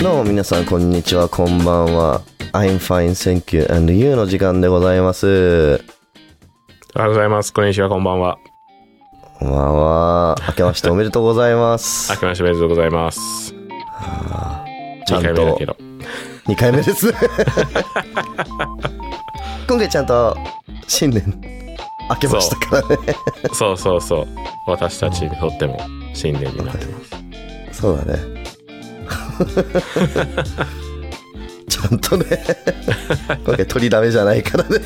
どうも皆さん、こんにちは、こんばんは。I'm fine, thank you, and you の時間でございます。ありがとうございます。こんにちは、こんばんは。こんばんは。明けましておめでとうございます明。けましておめでとうございます。ちゃ2ん回目だとけど。 2回目 です。今回ちゃんと新年明けましたからね。そうそうそう。私たちにとっても新年になってます。そうだね。 ちゃんとね、今回取りだめじゃないからね。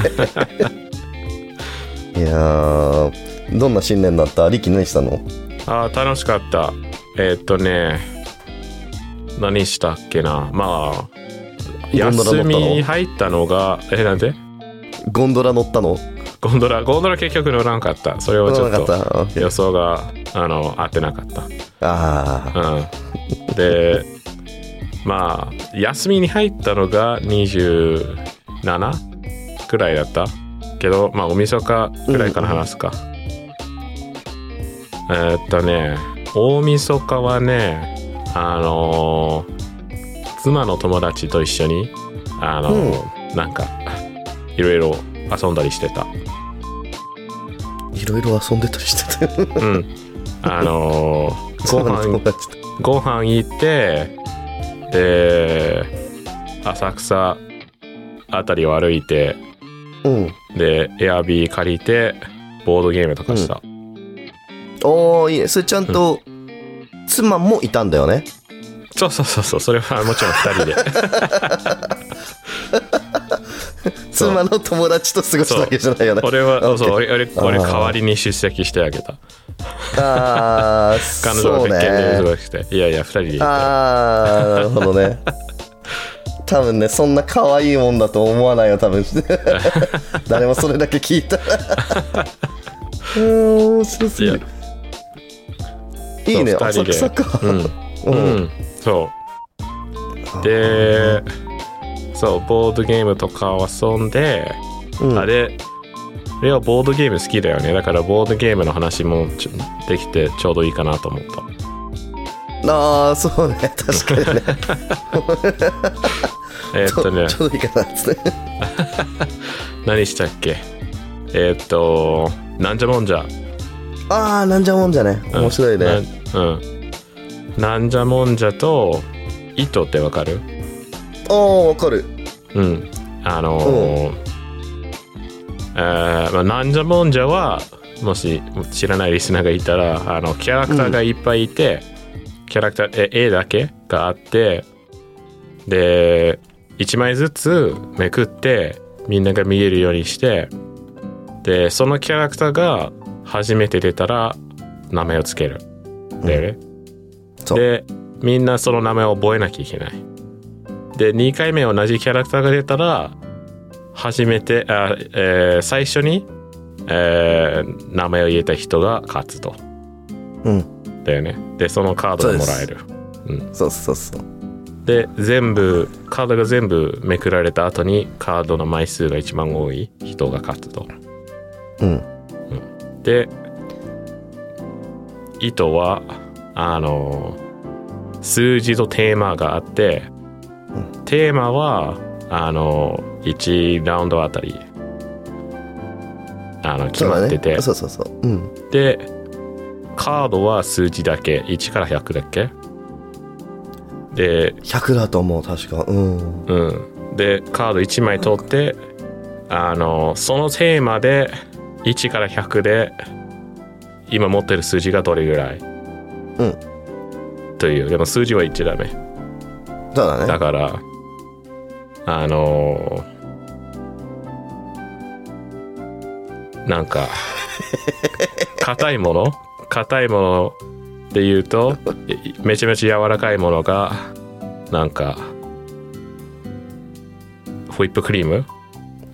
いやー、どんな新年だったリキ何したのああ、楽しかった。えーっとね、何したっけな。まあ、ゴンドラ乗った休のみ入ったのが、え、なんでゴンドラ乗ったのゴンドラ、ゴンドラ結局乗らんかった。それはち乗ょらっなかっとたオッケー予想が、あの、合ってなかった。あうん、でまあ休みに入ったのが27くらいだったけどまあおみそかくらいから話すか、えーっとね大晦日はねあのー妻の友達と一緒にあのーなんかいろいろ遊んだりしてたーいろいろ遊んでたりして たよ。うんあのーご飯ご飯行ってで浅草あたりを歩いてうん。でエアビー借りてボードゲームとかした、おー、いいね。それちゃんと、妻もいたんだよね。そうそうそうそうそれはもちろん2人で そう妻の友達と過ごしたわけじゃないよね。俺は OK そう俺俺俺あー代わりに出席してあげたあー、 彼女そがう別件でね。忙しくて、いやいや2人で行っあー、なるほど ね。多分ね、そんな可愛いもんだと思わないよ、多 分。誰もそれだけ聞いたら。 うん、面白すぎる。いいね、そう浅二人で草か。たうんうんうん、そうでそうボードゲームとかを遊んでうんあれ、レオボードゲーム好きだよね。だからボードゲームの話もちょできてちょうどいいかなと思った。ああそうね確 かにねえーっと ねち、ょうどいいかなっつって何したっけえーっと、なんじゃもんじゃ。ああなんじゃもんじゃねうん面白いね、なうん。なんじゃもんじゃと、糸ってわかるおーわかるうん。あのーえーまあ、なんじゃもんじゃは、もし知らないリスナーがいたら、あの、キャラクターがいっぱいいて、キャラクター、え、絵だけがあって、で、1枚ずつめくって、みんなが見えるようにして、で、そのキャラクターが初めて出たら、名前をつける。だよね。そうで、みんなその名前を覚えなきゃいけない。で、2回目同じキャラクターが出たら、初めて、あえー最初に、えー名前を言えた人が勝つと。うんだよね。で、そのカードがもらえる。そうそうそうで全部カードが全部めくられた後にカードの枚数が一番多い人が勝つとうんで糸はあの数字とテーマがあってテーマはあの1ラウンドあたりあの決そうまだってて、ねそうそうそううんでカードは数字だけ1から100だっけで100だと思う確かうんうん、でカード1枚取ってあのそのテーマで1から100で今持ってる数字がどれぐらい、というでも数字は1だねそうだねだからあのな んか硬いもの硬いもので言うといめちゃめちゃ柔らかいものがなんかホイップクリーム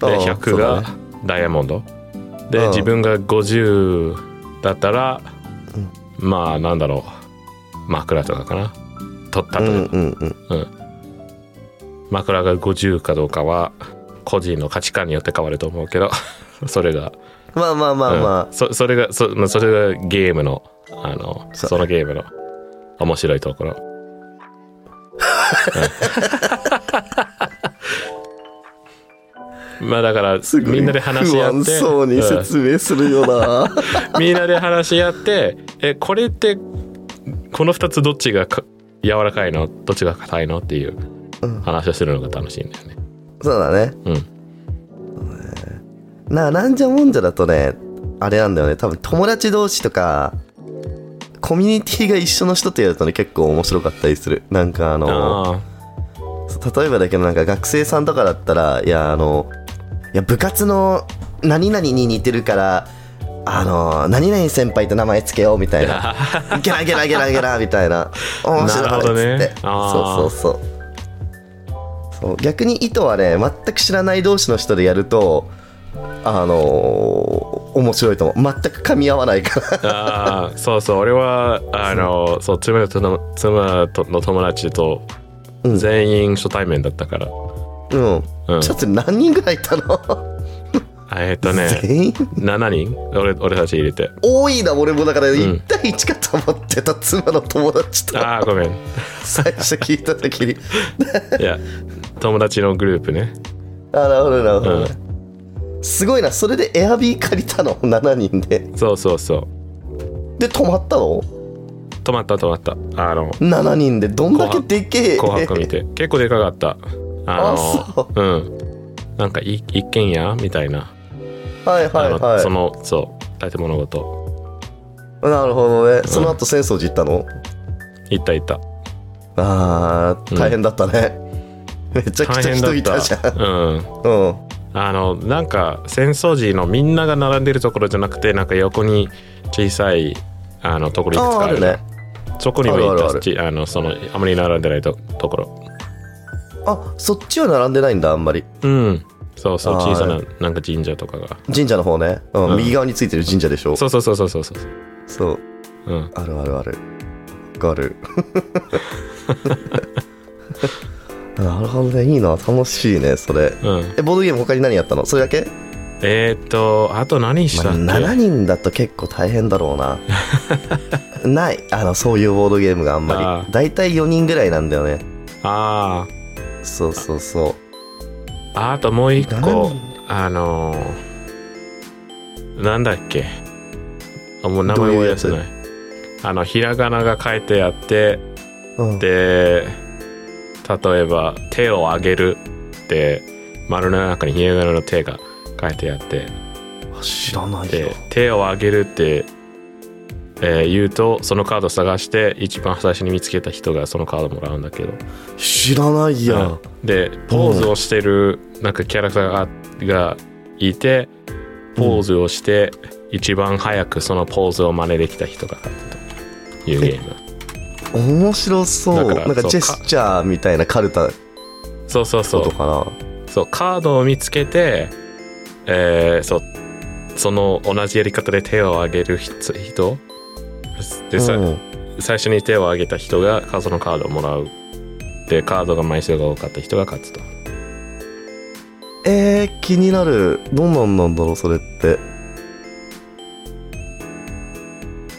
でうん100そうだがねダイヤモンド、うでん自分が50だったら、うんまあなんだろう枕とかかなとう例んえばうんうん枕が50かどうかは個人の価値観によって変わると思うけど それが、まあまあまあうまんそそれがそまあそれがゲームのあのそうそのゲームの面白いところまあだからすごいみん なで話し合って不安そうにうん説明するよ な。みんなで話し合ってえこれってこの2つどっちがか柔らかいのどっちが硬いのっていううん話をするのが楽しいんだよね。そうだね。うんな、なんじゃもんじゃだとね、あれなんだよね。多分友達同士とか、コミュニティが一緒の人とやるとね、結構面白かったりする。なんかあの、あ例えばだけどなんか学生さんとかだったらいやあのいや部活の何々に似てるからあの何々先輩と名前つけようみたい なゲラゲラゲラゲラみたいな面白いなるほどねっつって、あーそうそうそうそう逆に意図はね全く知らない同士の人でやるとあの面白いと思う全く噛み合わないから ーあーそうそう俺はあのそう妻との妻との友達とうん全員初対面だったから、うん、うんちょっと何人ぐらいいたの、あえっとね全員7人俺俺たち入れて多いな俺もだからん1対1かと思ってた妻の友達と ああごめん最初聞いた時にいや友達のグループねあなるほどなるほど、すごいなそれでエアビー借りたの7人でそうそうそうで泊まったの止まった止まったあの ?7 人でどんだけでけえ紅白見て結構でかかったあのあそうんなんかい一軒家みたいな、はいはいあのはそいのそう建物ごとなるほどねその後浅草寺行ったの、行った行ったあー大変だったね、めちゃく大ちゃ変だ人っいたたじゃんうんうんあのなんか戦争時のみんなが並んでるところじゃなくてなんか横に小さいあのところいくつああかあるるねそこにもあるあるあ行るったしあのそのあまり並んでないとところあそっちは並んでないんだあんまりうんそうそうあー小さななんか神社とかが神社の方ね、うんうん右側についてる神社でしょそうそうそうそうそうそうそううんあるあるある。わかる。 なるほどね。いいな。楽しいね、それ。うんえ、ボードゲーム他に何やったのそれだけ、えー、っとあと何しまたあっけ、 ?7 人だと結構大変だろう な。ない。あの、そういうボードゲームがあんまあり。だいたい4人ぐらいなんだよね。あそうそうそああともう一個何あのーなんだっけあもう名前思い出せないあのひらがなが書いてあってう。うん、で例えば「手を上げる」って丸の中にひらがなの手が書いてあってあ知らないよで。手を上げるって、えー言うとそのカード探して一番最初に見つけた人がそのカードもらうんだけど知らないやん。でポーズをしてるなんかキャラクターががいてポーズをして一番早くそのポーズを真似できた人が勝ったというゲーム面白そう。だかならんかそうジェスチャーみたいなカルタってそうそうそうことかな。そうカードを見つけて、えーそうその同じやり方で手を挙げるひつ人でさ、うん最初に手を挙げた人がカードのカードをもらうでカードが枚数が多かった人が勝つとえー、気になるどんなんなんだろうそれって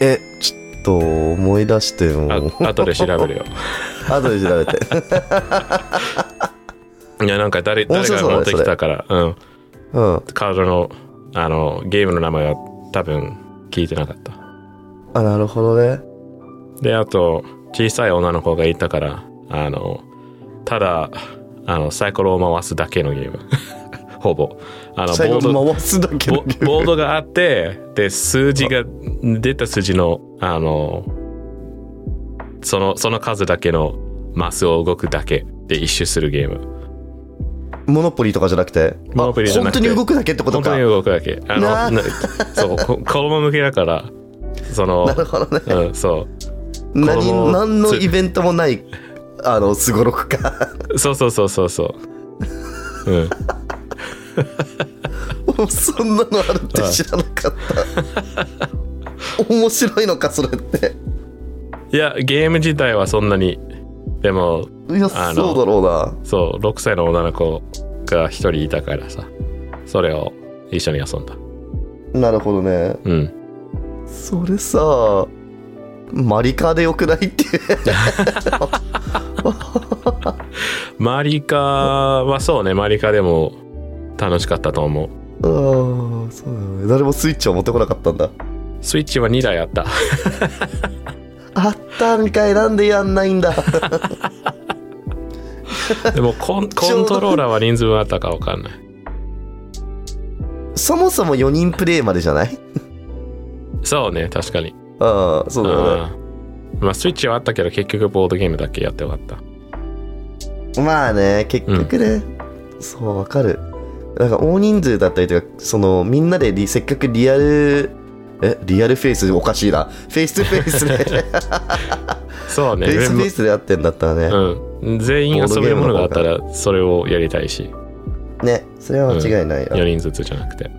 えちょっと思い出してもあ後で調 べるよ後で調べて いやなんか誰面誰白がそうだ持ねってきたからうんうんカードのあのゲームの名前は多分聞いてなかったあなるほどねであと小さい女の子がいたからあのただあのサイコロを回すだけのゲーム ほぼあのボ最後ードボ回すだけのゲームボードがあってで数字が出た数字のあのそのその数だけのマスを動くだけで一周するゲームモノポリとかじゃなくてモノポリじゃなくあ本て当に動くだけってこと本当かに動くだけあのなあなそうこ子供向けだからそのなるほどねうんそう子供何を何のイベントもないあのすごろくか そうそうそうそうそううんもうそんなのあるって知らなかった 面白いのかそれっていやゲーム自体はそんなにでもいやそうあだのろうなそう6歳の女の子が一人いたからさそれを一緒に遊んだなるほどねうんそれさマリカでよくないっていうわマリカはそうね、マリカでも楽しかったと思う。 ああそうだね誰もスイッチを持ってこなかったんだスイッチは2台あった。 あったんかいなんでやんない んだでも コンコントローラーは人数分あったかわかんない。そもそも4人プレイまでじゃないそうね、確かに。ああそうだよねうんまあ、スイッチはあったけど、結局ボードゲームだけやってよかった。まあね結局ね、そうわかるなんか大人数だったりとかそのみんなでリせっかくリアルえリアルフェイスおかしいなフェイスフェイス でフそうね。ェイスフェでイスでやってんだったらね、もうん、全員遊べるものがあったら、それをやりたいし、ねそれは間違いないよ、 4人ずつじゃなくて。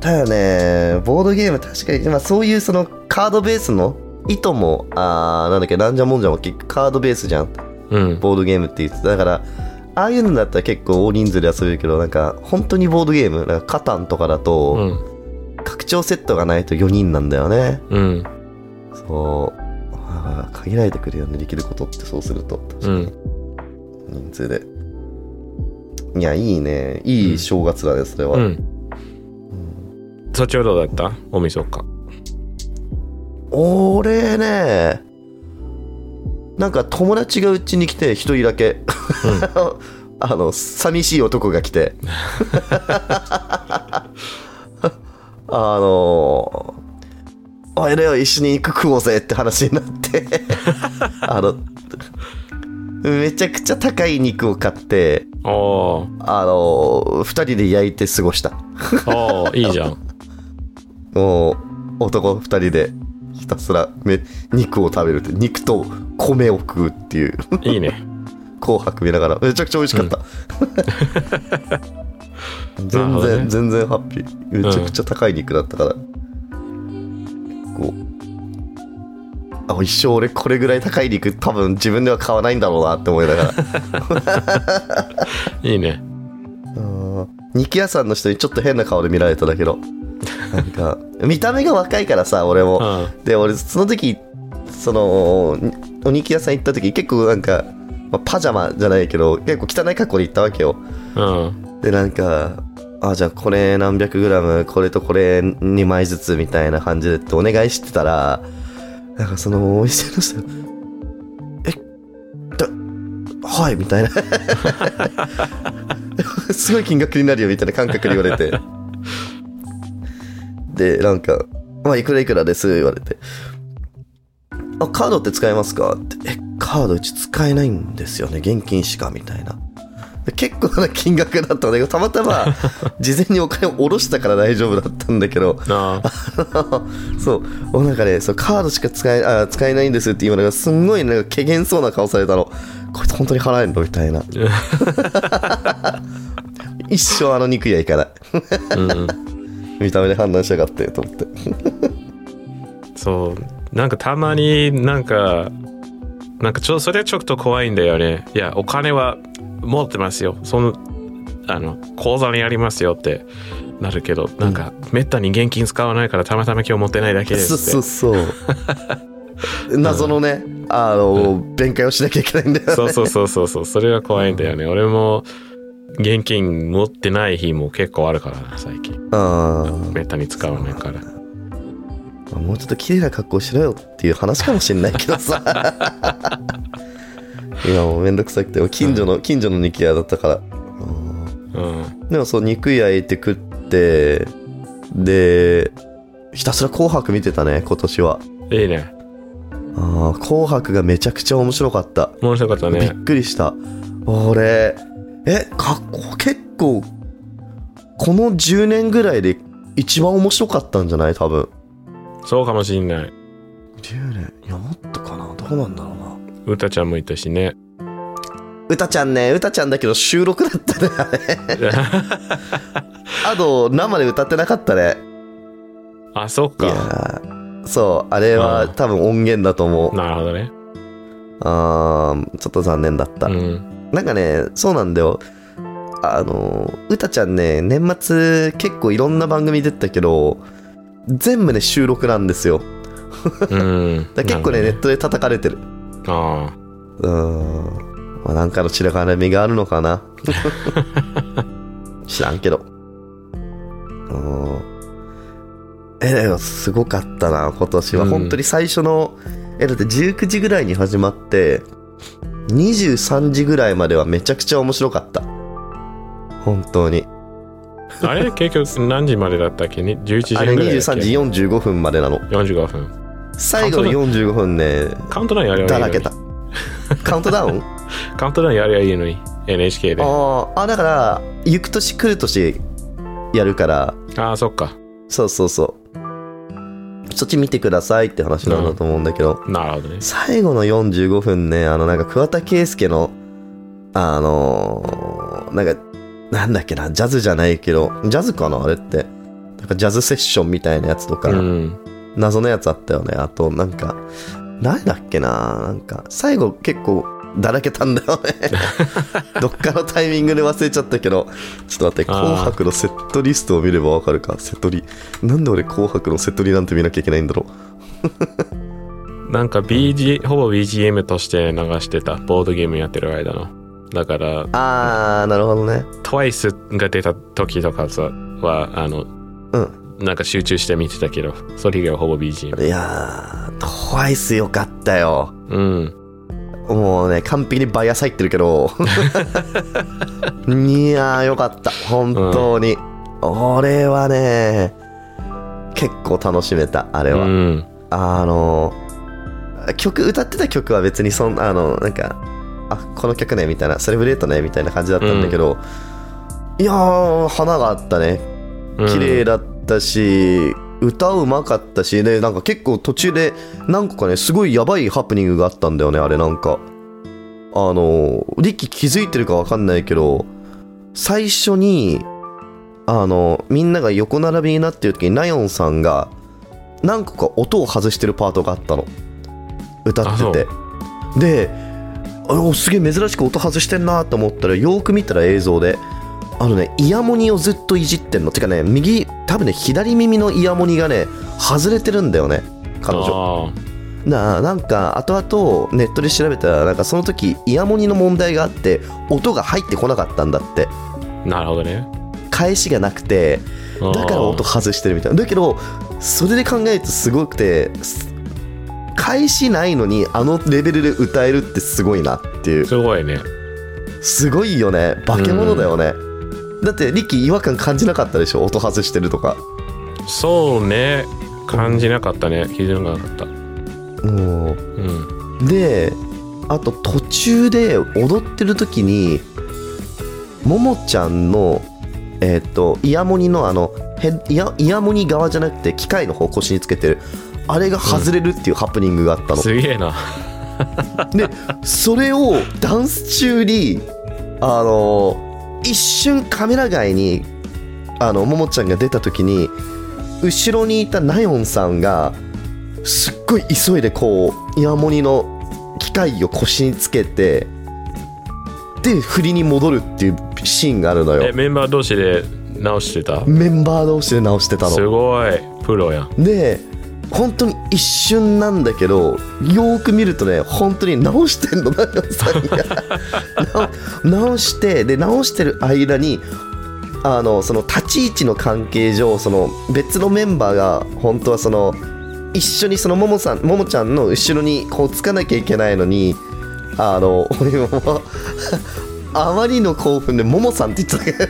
ただねボードゲーム確かに、まあ、そういうそのカードベースの意図もあーなんだっけなんじゃもんじゃも結局カードベースじゃんうん。ボードゲームって言ってだからああいうのだったら結構大人数で遊べるけどなんか本当にボードゲームなんかカタンとかだと、うん。拡張セットがないと4人なんだよねうん。そうまあ限られてくるよねできることってそうすると確かうにん。人数で、いやいいねいい正月だねそれは、うん。そっちはどうだったおみそか。俺ねなんか友達がうちに来て一人だけ、 あの寂しい男が来て あの「おいらよ一緒に行く食おうぜ」って話になってあのめちゃくちゃ高い肉を買っておーあの2人で焼いて過ごしたおーいいじゃん。もう男2人でひたすらめ肉を食べるって肉と米を食うっていう いいね。紅白見ながらめちゃくちゃ美味しか った、なる全ほど然、ね全然ハッピーめちゃくちゃ高い肉だったから、こうあ一生俺これぐらい高い肉多分自分では買わないんだろうなって思いな がらいいね。うん肉屋さんの人にちょっと変な顔で見られただけどなんか見た目が若いからさ俺も、 うん。で俺その時そのにお肉屋さん行った時結構なんか、まあパジャマじゃないけど結構汚い格好で行ったわけようん。でなんかあじゃあこれ何百グラムこれとこれ2枚ずつみたいな感じでってお願いしてたらなんかそのお店の人 がえだはいみたいな すごい金額になるよみたいな感覚で言われてでなんか「まあいくらいくらです」言われて「あカードって使えますか?」って「えカードうち使えないんですよね現金しか」みたいなで結構な金額だったんだけどたまたま事前にお金を下ろしたから大丈夫だったんだけどあ そうおなんかねそうカードしか使えあ使えないんですって言われがすんごいなんか怪げそうな顔されたのこいつ本当に払えんのみたいな一生あの肉屋行かないーうんうん。見た目で判断しやがってと思ってそうなんかたまになんかなんかちょそれはちょっと怖いんだよねいやお金は持ってますよそのあの口座にありますよってなるけどなんか、めったに現金使わないからたまたま今日持ってないだけですそうってそうそう謎のね、あの、弁解をしなきゃいけないんだよねそうそうそうそうそうそれは怖いんだよね、俺も現金持ってない日も結構あるからな最近あめったに使わないからあもうちょっと綺麗な格好しろよっていう話かもしれないけどさ今もうめんどくさくて近所の、近所の肉屋だったからうんでもそう肉焼いて食ってでひたすら「紅白」見てたね今年は。いいねああ紅白がめちゃくちゃ面白かった。面白かったびっねくりした俺えかっこ結構この10年ぐらいで一番面白かったんじゃない多分そうかもしんない10年いやもっとかなどうなんだろうなうたちゃんもいたしねうたちゃんねうたちゃんだけど収録だったねあれ あと生で歌ってなかったねあそっいやかーそうあれはうん多分音源だと思うなるほどねあーちょっと残念だった、うん、なんかね、そうなんだよ。あの、うたちゃんね、年末結構いろんな番組出てたけど、全部ね、収録なんですよ。うん、 だから結構ね、なネるットで叩かれてる。ほどねあうん。まあ、なんかの散らからみがあるのか な知らんけど。うんえ、でもすごかったな、今年は。うん本当に最初の、え、だって19時ぐらいに始まって、23時ぐらいまではめちゃくちゃ面白かった。本当に。あれ結局何時までだったっけに ?11 時あぐれらいだっけ。 23時45分までなの。 45分。最後の45分ね、カウントダウンやればだいいのらにけ た。カウントダウンカウントダウンやればいいのに。NHK で。ああーあ、だから、行く年来る年やるから、あー、そっか。そうそうそう。そっち見てくださいって話なんだと思うんだけど、なるほどね。最後の45分ね、あの、なんか桑田佳祐の、あのーなんか、なんだっけな、ジャズじゃないけど、ジャズかなあれって。なんかジャズセッションみたいなやつとか、うん。謎のやつあったよね。あと、なんか、なんだっけな、なんか、最後結構、だらけたんだよ ね。どっかのタイミングで忘れちゃったけど、ちょっと待って、あー紅白のセットリストを見ればわかるか、セットリ。なんで俺紅白のセットリなんて見なきゃいけないんだろう。なんか BG、ほぼ BGM として流してた。ボードゲームやってる間の。だから、あー、なるほどね。 TWICE が出た時とかさは、あの、うん。なんか集中して見てたけど、それ以外はほぼ BGM。いやー、トワイスよかったよ。うん。もうね、完璧にバイアス入ってるけ ど。いやー、よかった。本当に。俺はね、結構楽しめた、あれうは。ん。あの、曲、歌ってた曲は別にそん、あの、なんか、あ、この曲ね、みたいな、セレブレートね、みたいな感じだったんだけど、いやー、花があったね。綺麗だ。だったし、歌うまかったしねなんか結構途中で何個かねすごいやばいハプニングがあったんだよねあれなんかあのリッキー気づいてるかわかんないけど最初にあのみんなが横並びになってる時にナヨンさんが何個か音を外してるパートがあったの歌あっそてうてであおすげえ珍しく音外してんなと思ったらよーく見たら映像であのねイヤモニをずっといじってんのてかね右多分ね左耳のイヤモニがね外れてるんだよね彼女あーななんか後々ネットで調べたらなんかその時イヤモニの問題があって音が入ってこなかったんだってなるほどね。返しがなくてだから音外してるみたいなだけどそれで考えるとすごくてす返しないのにあのレベルで歌えるってすごいなっていうすごいね。すごいよね化け物だよね、だってリッキー違和感感じなかったでしょ音外してるとかそうね。感じなかったね。気づかなかっもた。うん。うであと途中で踊ってる時にももちゃんのえっ、とイヤモニのあのヘッイヤイヤモニ側じゃなくて機械の方腰につけてるあれが外れるっていうハプニングがあったの、すげえな。でそれをダンス中にあの一瞬カメラ外にあのももちゃんが出た時に後ろにいたナヨンさんがすっごい急いでこうイヤモニの機械を腰につけてで振りに戻るっていうシーンがあるのえ、よメンバー同士で直してた。メンバー同士で直してたのすごい。プロやん。で本当に一瞬なんだけどよーく見るとね本当に直してんのナヨンさんが直直してで直してる間にあのその立ち位置の関係上その別のメンバーが本当はその一緒にそのももさんももちゃんの後ろにこうつかなきゃいけないのにあの俺も あまりの興奮でももさんって言ってた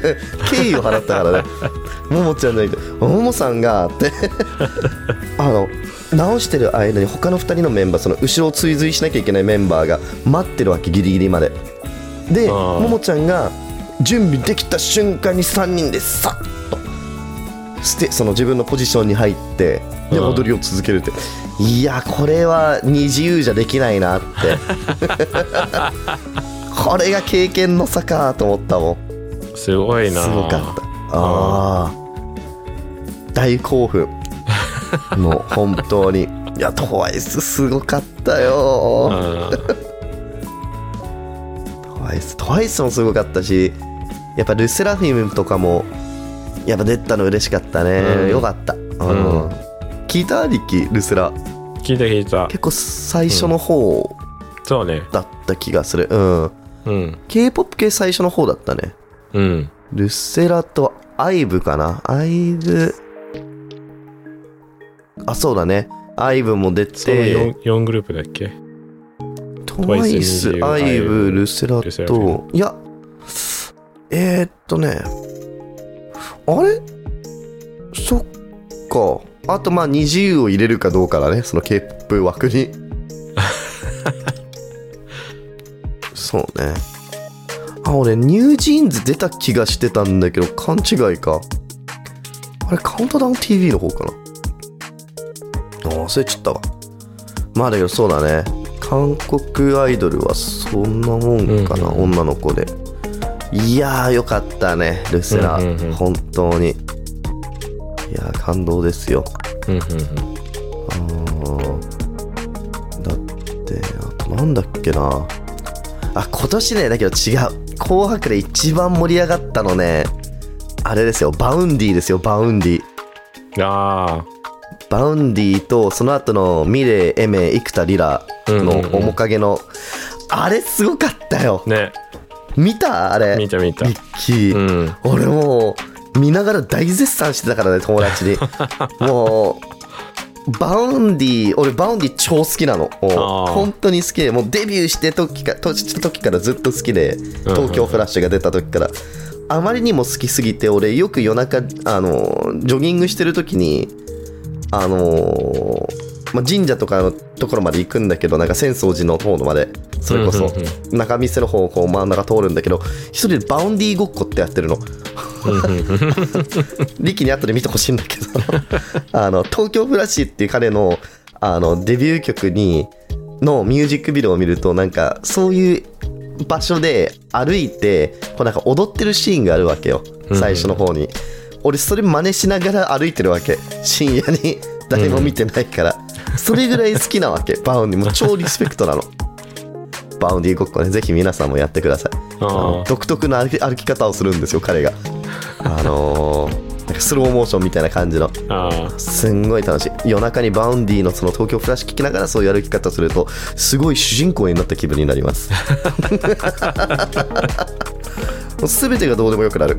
敬意を払ったからねももちゃんじゃなくてももさんがってあの直してる間に他の2人のメンバーその後ろを追随しなきゃいけないメンバーが待ってるわけギリギリまでであーももちゃんが準備できた瞬間に3人でさっとしてその自分のポジションに入ってでうん踊りを続けるっていやこれは二自由じゃできない なってこれが経験の差かと思ったもんすごいな。すごかったあー大興 奮もう本当にいやトワイスすごかったようんトワイストワイスもすごかったしやっぱルセラフィムとかもやっぱ出たの嬉しかったね、うんよかった、うんうん聞いたリッキールセラ 聞いた聞いた。結構最初の方そうね。だった気がするうんうん。 K-POP 系最初の方だったね。うん。ルッセラとアイブかなアイブ。あ、そうだね。アイブも出その 4, て、 4グループだっけトワイス、 TWICE アイブ、ルッセラルセラフィと、いや、えー、っとね、あれそっか。あと、まあ、20を入れるかどうかだね。その K-POP 枠に。そうね。あ、俺、ニュージーンズ出た気がしてたんだけど、勘違いか。あれ、カウントダウン TV の方かな。あ忘れちゃったわ。まあ、だけどそうだね。韓国アイドルはそんなもんかな、うん女の子で。いやー、よかったね、ルセラ。うんうんうん本当に。いやー、感動ですよ。うんうんあーだってあとなんだっけなあ今年ねだけど違う「紅白」で一番盛り上がったのねあれですよバウンディですよバウンディうん。あバウンディとその後のミレイエメ生田リラのうんうんうん面影の、あれすごかったよあ。ね。見たあれ見た見たミ。ッキー、うん。俺もう見ながら大絶賛してたからね友達 にもうバウンディ俺バウンディ超好きなのもうあー本当に好きでもうデビューして時かとした時からずっと好きでうん東京フラッシュが出た時から、あまりにも好きすぎて俺よく夜中あのジョギングしてる時にあのまあ、神社とかのところまで行くんだけどなんか浅草寺の方のまでそれこそうんうん中見せの方をこう真ん中通るんだけど一人でバウンディごっこってやってるのうんうんうん力に後で見てほしいんだ けどあの東京フラッシュっていう彼のあのデビュー曲にのミュージックビデオを見るとなんかそういう場所で歩いてこうなんか踊ってるシーンがあるわけようん最初の方に、俺それ真似しながら歩いてるわけ深夜に誰も見てないから、それぐらい好きなわけバウンディもう超リスペクトなのバウンディごっこねぜひ皆さんもやってくださいああのあ。独特な歩き歩き方をするんですよ彼があのーなんかスローモーションみたいな感じのああ。すんごい楽しい夜中にバウンディのその東京フラッシュ聞きながらそういう歩き方するとすごい主人公になった気分になりますもう全てがどうでもよくなる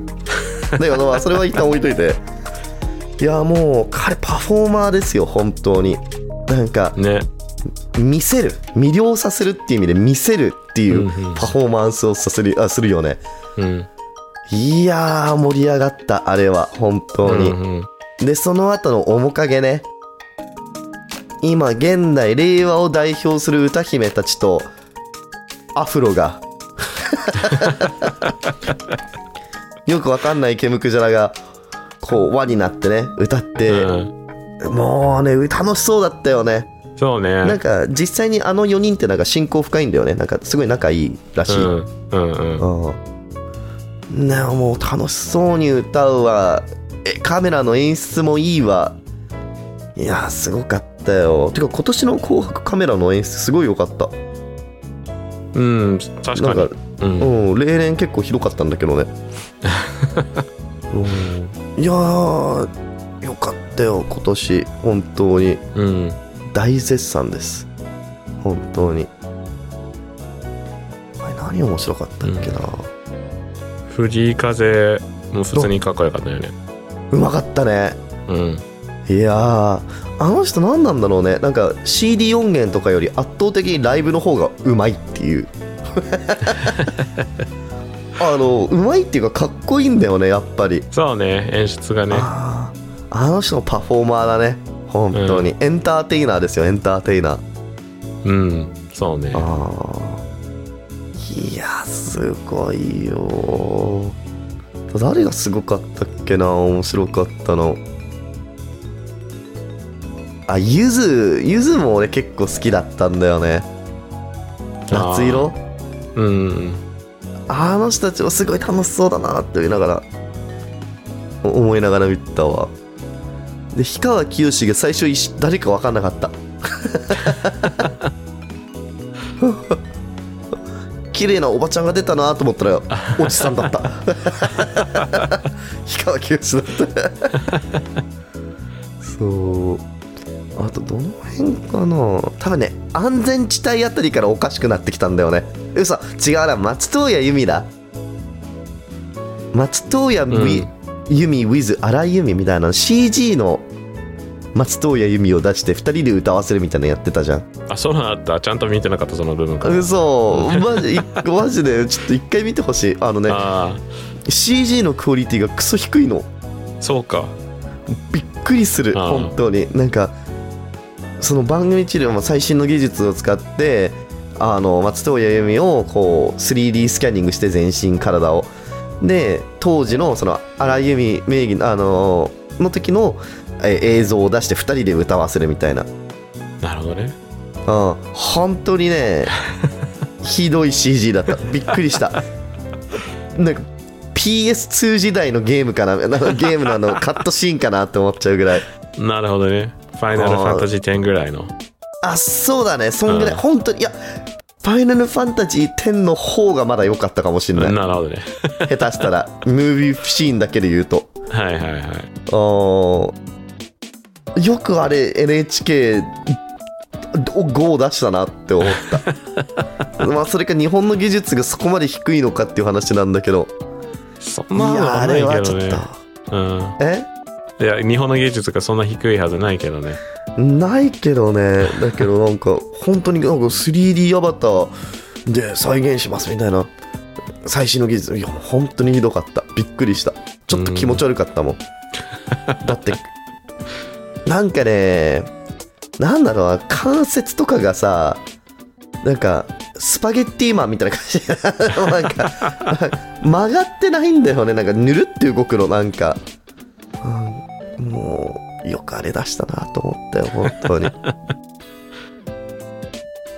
だけどまあそれは一旦置いといていやもう彼パフォーマーですよ本当になんかね。見せる魅了させるっていう意味で見せるっていうパフォーマンスをさせるあするよねうん。いやー盛り上がったあれは本当に、うんうんでその後の面影ね今現代令和を代表する歌姫たちとアフロが よくわかんないケムクジャラがこう輪になってね歌って、うんもうね楽しそうだったよねそうね。なんか実際にあの4人ってなんか親交深いんだよねなんかすごい仲いいらしい、うんうんうん。うん、ねもう楽しそうに歌うわえカメラの演出もいいわいやすごかったよてか今年の「紅白」カメラの演出すごい良かったうん、確かなんにか。うん。うん例年結構ひどかったんだけどね、うん、いやーよかったよ今年本当にうん。大絶賛です本当にあれ何面白かったっけな、藤井風も普通にかっこよかったよね。うまかったねうん。いやーあの人何なんだろうねなんか CD 音源とかより圧倒的にライブの方がうまいっていうあのうまいっていうかかっこいいんだよねやっぱり、そうね、演出がね。あーあの人のパフォーマーだね本当に、エンターテイナーですよエンターテイナーうん。そうね。あーいやすごいよ誰がすごかったっけな面白かったのあゆずゆずも俺結構好きだったんだよねあー夏色うん。あの人たちもすごい楽しそうだなって思いながらお思いながら見てたわで氷川きよしが最初いし誰か分かんなかった綺麗なおばちゃんが出たなと思ったらおじさんだった 氷川きよしだったそうあとどの辺かな多分ね安全地帯あたりからおかしくなってきたんだよね嘘違うな松任谷由実だ松任谷みうん由実 with 荒井由実みたいな CG の松任谷由実を出して2人で歌わせるみたいなのやってたじゃんあそうなんだったちゃんと見てなかったその部分から嘘マジマジでちょっと一回見てほしいあのねあ CG のクオリティがクソ低いのあそうかびっくりするああ本当になんかその番組治療も最新の技術を使ってあの松任谷由実をこう 3D スキャニングして全身体をで当時のその荒井由実名義のあのの時のえ映像を出して2人で歌わせるみたいな、うん、なるほどね本当にねひどい CG だったびっくりしたなんか PS2 時代のゲームかなあのゲームのあのカットシーンかなって思っちゃうぐらいなるほどねファイナルファンタジー10ぐらいのあそうだねそんぐらい、うん本当にいやファイナルファンタジー10の方がまだ良かったかもしれないなるほどね 下手したらムービーシーンだけで言うとはいはいはいあーよくあれ NHK を5を出したなって思った まあそれか日本の技術がそこまで低いのかっていう話なんだけど、そんなのいやはあないれはけちどょっねとうんえいや日本の芸術がそんな低いはずないけどねないけどねだけどなんか本当になんか 3D アバターで再現しますみたいな最新の技術いやもう本当にひどかったびっくりしたちょっと気持ち悪かったもんだってなんかねなんだろうな関節とかがさなんかスパゲッティマンみたいな感じ なんか曲がってないんだよねなんかぬるって動くのなんか、うんもうよくあれ出したなと思ったよ本当に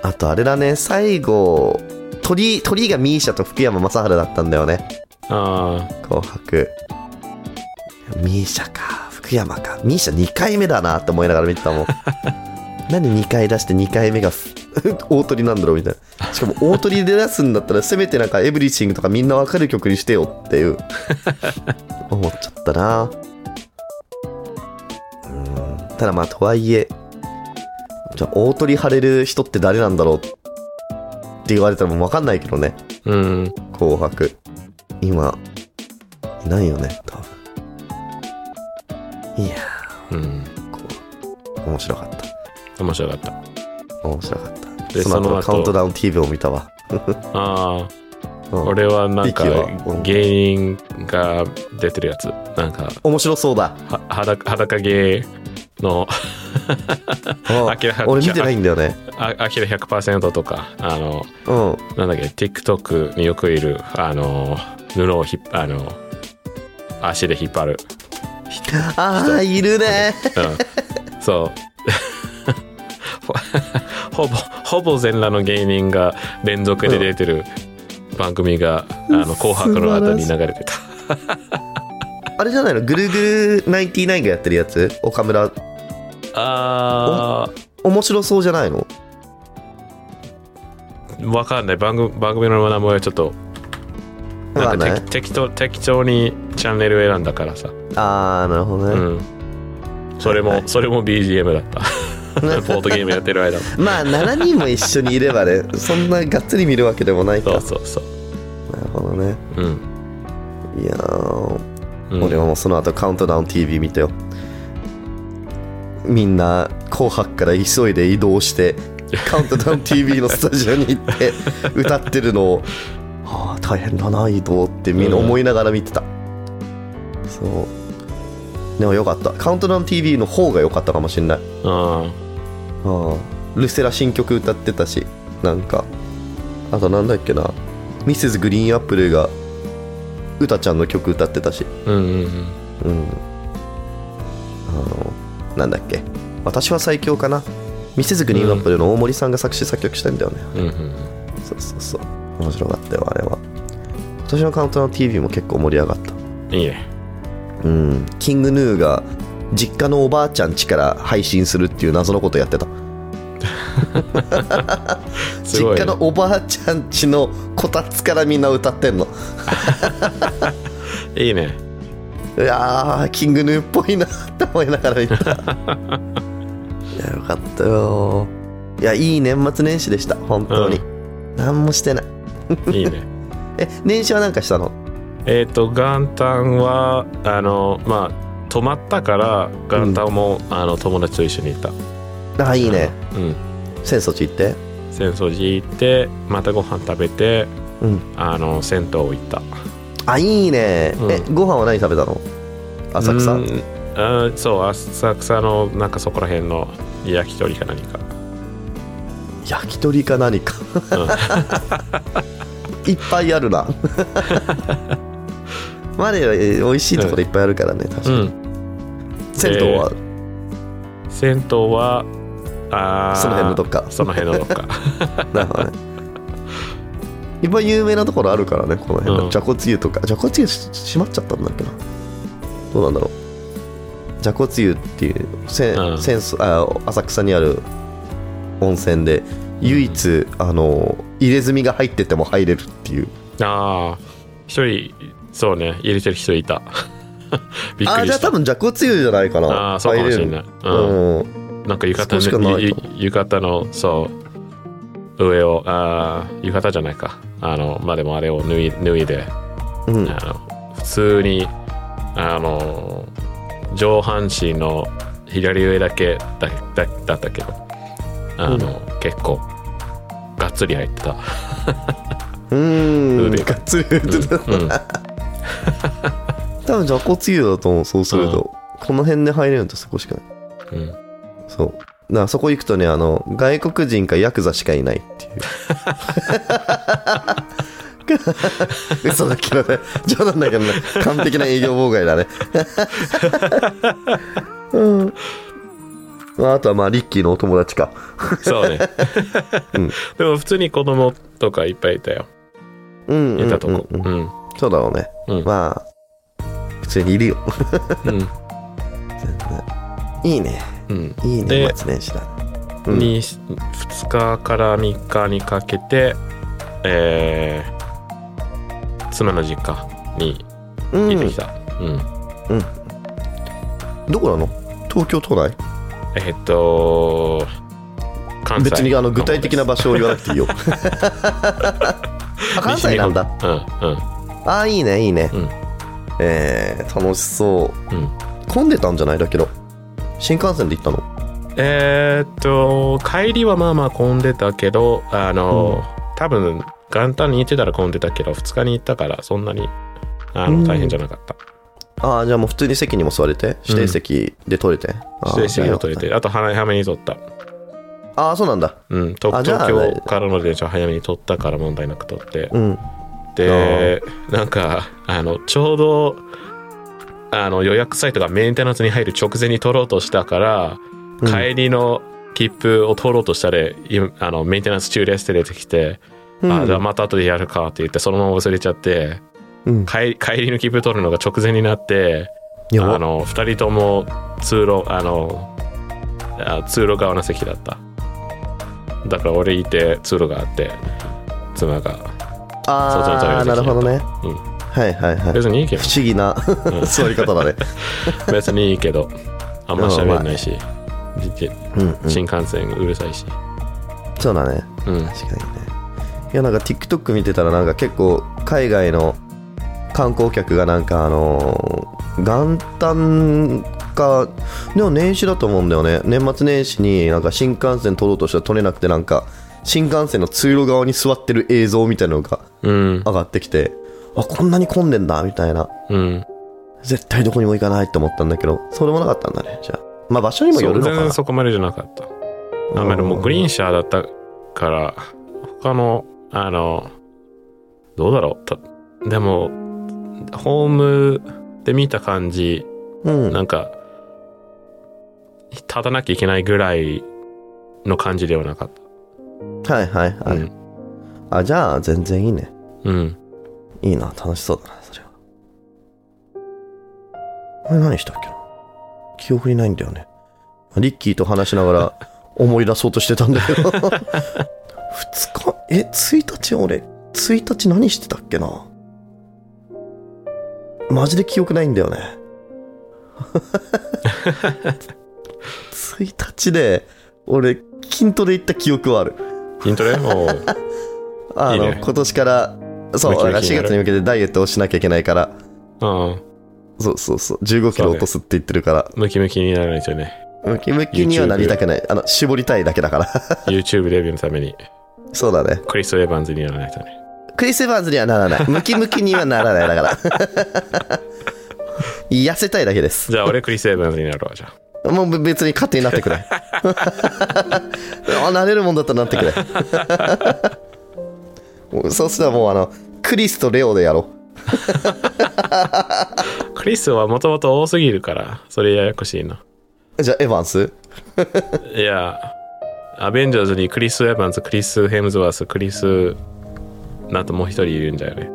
あとあれだね最後鳥鳥がミーシャと福山雅治だったんだよねあ紅白ミーシャか福山かミーシャ2回目だなって思いながら見てたもん何2回出して2回目がふ 大鳥なんだろうみたいなしかも大鳥で出すんだったらせめてなんか「エブリシング」とかみんなわかる曲にしてよっていう思っちゃったなうんただまあとはいえじゃあ大鳥張れる人って誰なんだろうって言われたらもうわかんないけどねあうん紅白今いないよね多分いやうんーこう面白かった面白かった面白かったでその後そのの後カウントダウン TV を見たわ、ああうん俺はなんかリキは芸人が出てるやつなんか面白そうだは裸裸芸の うん明らかに俺見てないんだよねあアキラ100%とかあの うんなんだっけ TikTok によくいるあの布をひっあの足で引っ張る、ああいるね うん、そう ほぼほぼ全裸の芸人が連続で出てる番組が、あの紅白の後に流れてたあれじゃないのぐるぐる99がやってるやつ岡村あ面白そうじゃないのーわかんない番組番組の名前はちょっとわなかんんなかい適適当適当にチャンネル選んだからさ、ああなるほどうね、ん、それはいもそれも BGM だったボードゲームやってる間もまあ7人も一緒にいればねそんながっつり見るわけでもないかそうらそうそうなるほどねうん、いやーうん、俺はもうその後カウントダウン TV 見てよみんな紅白から急いで移動して カウントダウン TV のスタジオに行って歌ってるのをああ大変だな移動ってみんな思いながら見てた、そうでもよかったカウントダウン TV の方が良かったかもしれないあああルセラ新曲歌ってたしなんかあとなんだっけなミセスグリーンアップルが歌ちゃんの曲歌ってたしーうんうんううんん、あのなんだっけ私は最強かなミセスグリーンアップルの大森さんが作詞作曲したんだよね、うんうんそうそうそう面白かったよあれは今年のカウントダウン TV も結構盛り上がったうんいいねうんキングヌーが実家のおばあちゃん家から配信するっていう謎のことやってた、実すごい家ねのおばあちゃん家のこたつからみんな歌ってんのいいねいやーキングヌーっぽいなって思いながら見た いやよかったよいやいい年末年始でした本当に、何もしてないいいね え練習は何かしたのえっ、と元旦はあのまあ泊まったから元旦も、あの友達と一緒にいたあいいねうん浅草寺行って浅草寺行ってまたご飯食べてうんあの銭湯行ったあいいね、うんえご飯は何食べたの浅草うんあそう浅草のなんかそこら辺の焼き鳥か何か、焼き鳥か何か いっぱいあるなマレーはえー美味しいところいっぱいあるからね、確かうに、ん、銭湯は銭湯はあーその辺のどっかその辺のどっかなるほどねいっぱい有名なところあるからねこの辺、うんじゃこつゆとかじゃこつゆし閉まっちゃったんだっけなどうなんだろうじゃこつゆっていうせ、うんせんすあ浅草にある温泉で唯一、あの入れ墨が入ってても入れるっていうああ一人そうね入れてる人いた びっあくありじゃあし多た分じゃこつゆじゃないかなああそうかもしれない、入れるうんうん、なんか浴少しか衣なのいゆゆ浴衣のそう上をあー浴衣じゃないかあのまあでもあれを脱い脱いで、うんあの普通にあの上半身の左上だけだだだったけどあの、結構がっつり入ってた、うーん腕ががっつり言ってたうん、 多分じゃこつゆだと思うそうすると、この辺で入れるのってそこしかないうんそうだからそこ行くとねあの外国人かヤクザしかいないっていう 嘘だけどね冗談だけどね完璧な営業妨害だねうんまああとはまあリッキーのお友達かそうね、うんでも普通に子供とかいっぱいいたようんうんいたとうんこうんうん、うんそうだろうね、うんまあ普通にいるよいいねうんいいねで年末年始だうんに2日から3日にかけて、えー妻の実家にうん行ってきた、うんどこなの東京都内えーっと関西別にあの具体的な場所を言わなくていい よあ関西なんだうんうんああいいねいいね、うんえー、楽しそううん混んでたんじゃないだけど新幹線で行ったのえーっと帰りはまあまあ混んでたけどあの、多分元旦に行ってたら混んでたけど2日に行ったからそんなにあうのん大変じゃなかった、ああじゃあもう普通に席にも座れて指定席で取れて、あー指定席を取れてあと早めに取ったああそうなんだうん、とあじゃあ東京からの電車を早めに取ったから問題なく取ってうんでなんかあのちょうどあの予約サイトがメンテナンスに入る直前に取ろうとしたから、うん帰りの切符を取ろうとしたら今あのメンテナンス中ですって出てきて、うんあじゃあまた後でやるかって言ってそのまま忘れちゃってうん帰り帰りの切符取るのが直前になってやばあの2人とも通路あのあ通路側の席だっただから俺いて通路があって妻がああなるほどね、うんはいはいはい別に いいけど不思議 な座り方だね別にいいけどあんま喋んないし、じうん、うん、新幹線うるさいしそうだねうん確かにねいやなんか TikTok 見てたらなんか結構海外の観光客がなんかあのー元旦かでも年始だと思うんだよね年末年始になんか新幹線撮ろうとしたら撮れなくてなんか新幹線の通路側に座ってる映像みたいなのがうん上がってきてあこんなに混んでんだみたいなうん絶対どこにも行かないって思ったんだけどそうでもなかったんだねじゃあまあ場所にもよそうる全のか然なそこまでじゃなかったあまあでもグリーン車だったから他のあのどうだろうたでもホームで見た感じうんなんか、立たなきゃいけないぐらいの感じではなかっはいはいた。はい、うん。あじゃあ全然いいねうん。いいな、楽しそうだな、それは。あれ何したっけな記憶にないんだよね。リッキーと話しながら 思い出そうとしてたんだけど。2日、え、1日俺、1日何してたっけなマジで記憶ないんだよね。1日で、俺、筋トレ行った記憶はある。筋トレもあのいいね今年からそうムキムキになる4月に向けてダイエットをしなきゃいけないから うん。そうそうそう15キロ落とすって言ってるから、ムキムキにならないとね。ムキムキにはなりたくないあの絞りたいだけだから YouTube デビューのために、そうだねクリスト・エヴァンズにならないとね。クリス・エヴァンズにはならないムキムキにはならないだから 痩せたいだけですじゃあ俺クリス・エヴァンズになるわ、じゃあ。もう別に勝手になってくれ あなれるもんだったらなってくれ そうしたらもうあのクリスとレオでやろクリスはもともと多すぎるから、それややこしいな。うじゃあエヴァンスいや、アベンジャーズにクリス・エヴァンズ、クリス・ヘムズワース、クリス、なんともう一人いるんだよね。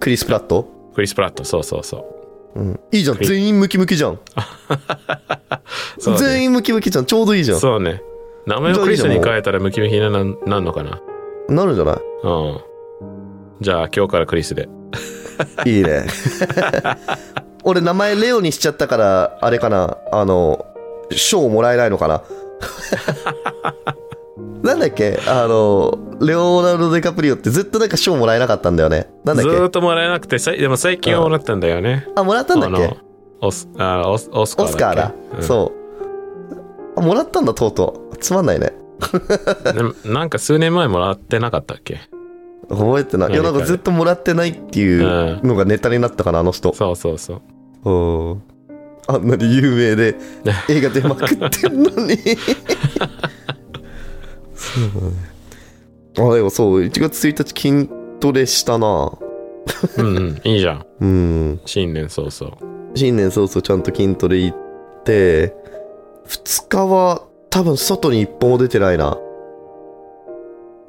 クリス・プラットクリス・プラット、そうそうそう。いいじゃんリ全員ムキムキじゃん、そうね全員ムキムキじゃんちょうどいいじゃんそうね。名前をクリスに変えたらムキムキにななんなんのかななるんじゃなうん。じゃあ今日からクリスで。いいいね俺名前レオにしちゃったからあれかなあの賞もらえないのかな なんだっけあのレオナルド・デカプリオってずっとなんか賞もらえなかったんだよねなんだっずけーっともらえなくて、さいでも最近はもらったんだよね。あ、もらったんだっあけのオスあオスオスカーオスカーだ。うそう。あもらったんだ、とうとう。つまんないね。ん。でもなんか数年前もらってなかったっけ覚えてない。いや、何なんかかずっともらってないっていうのがネタになったかな、あの人。そうそうそう。うんあんなに有名で映画出まくってんのに。そうだねあ、でもそう、1月1日筋トレしたな。うんうん。いいじゃん。うん。新年早々。新年早々ちゃんと筋トレ行って、2日は多分外に一歩も出てないな。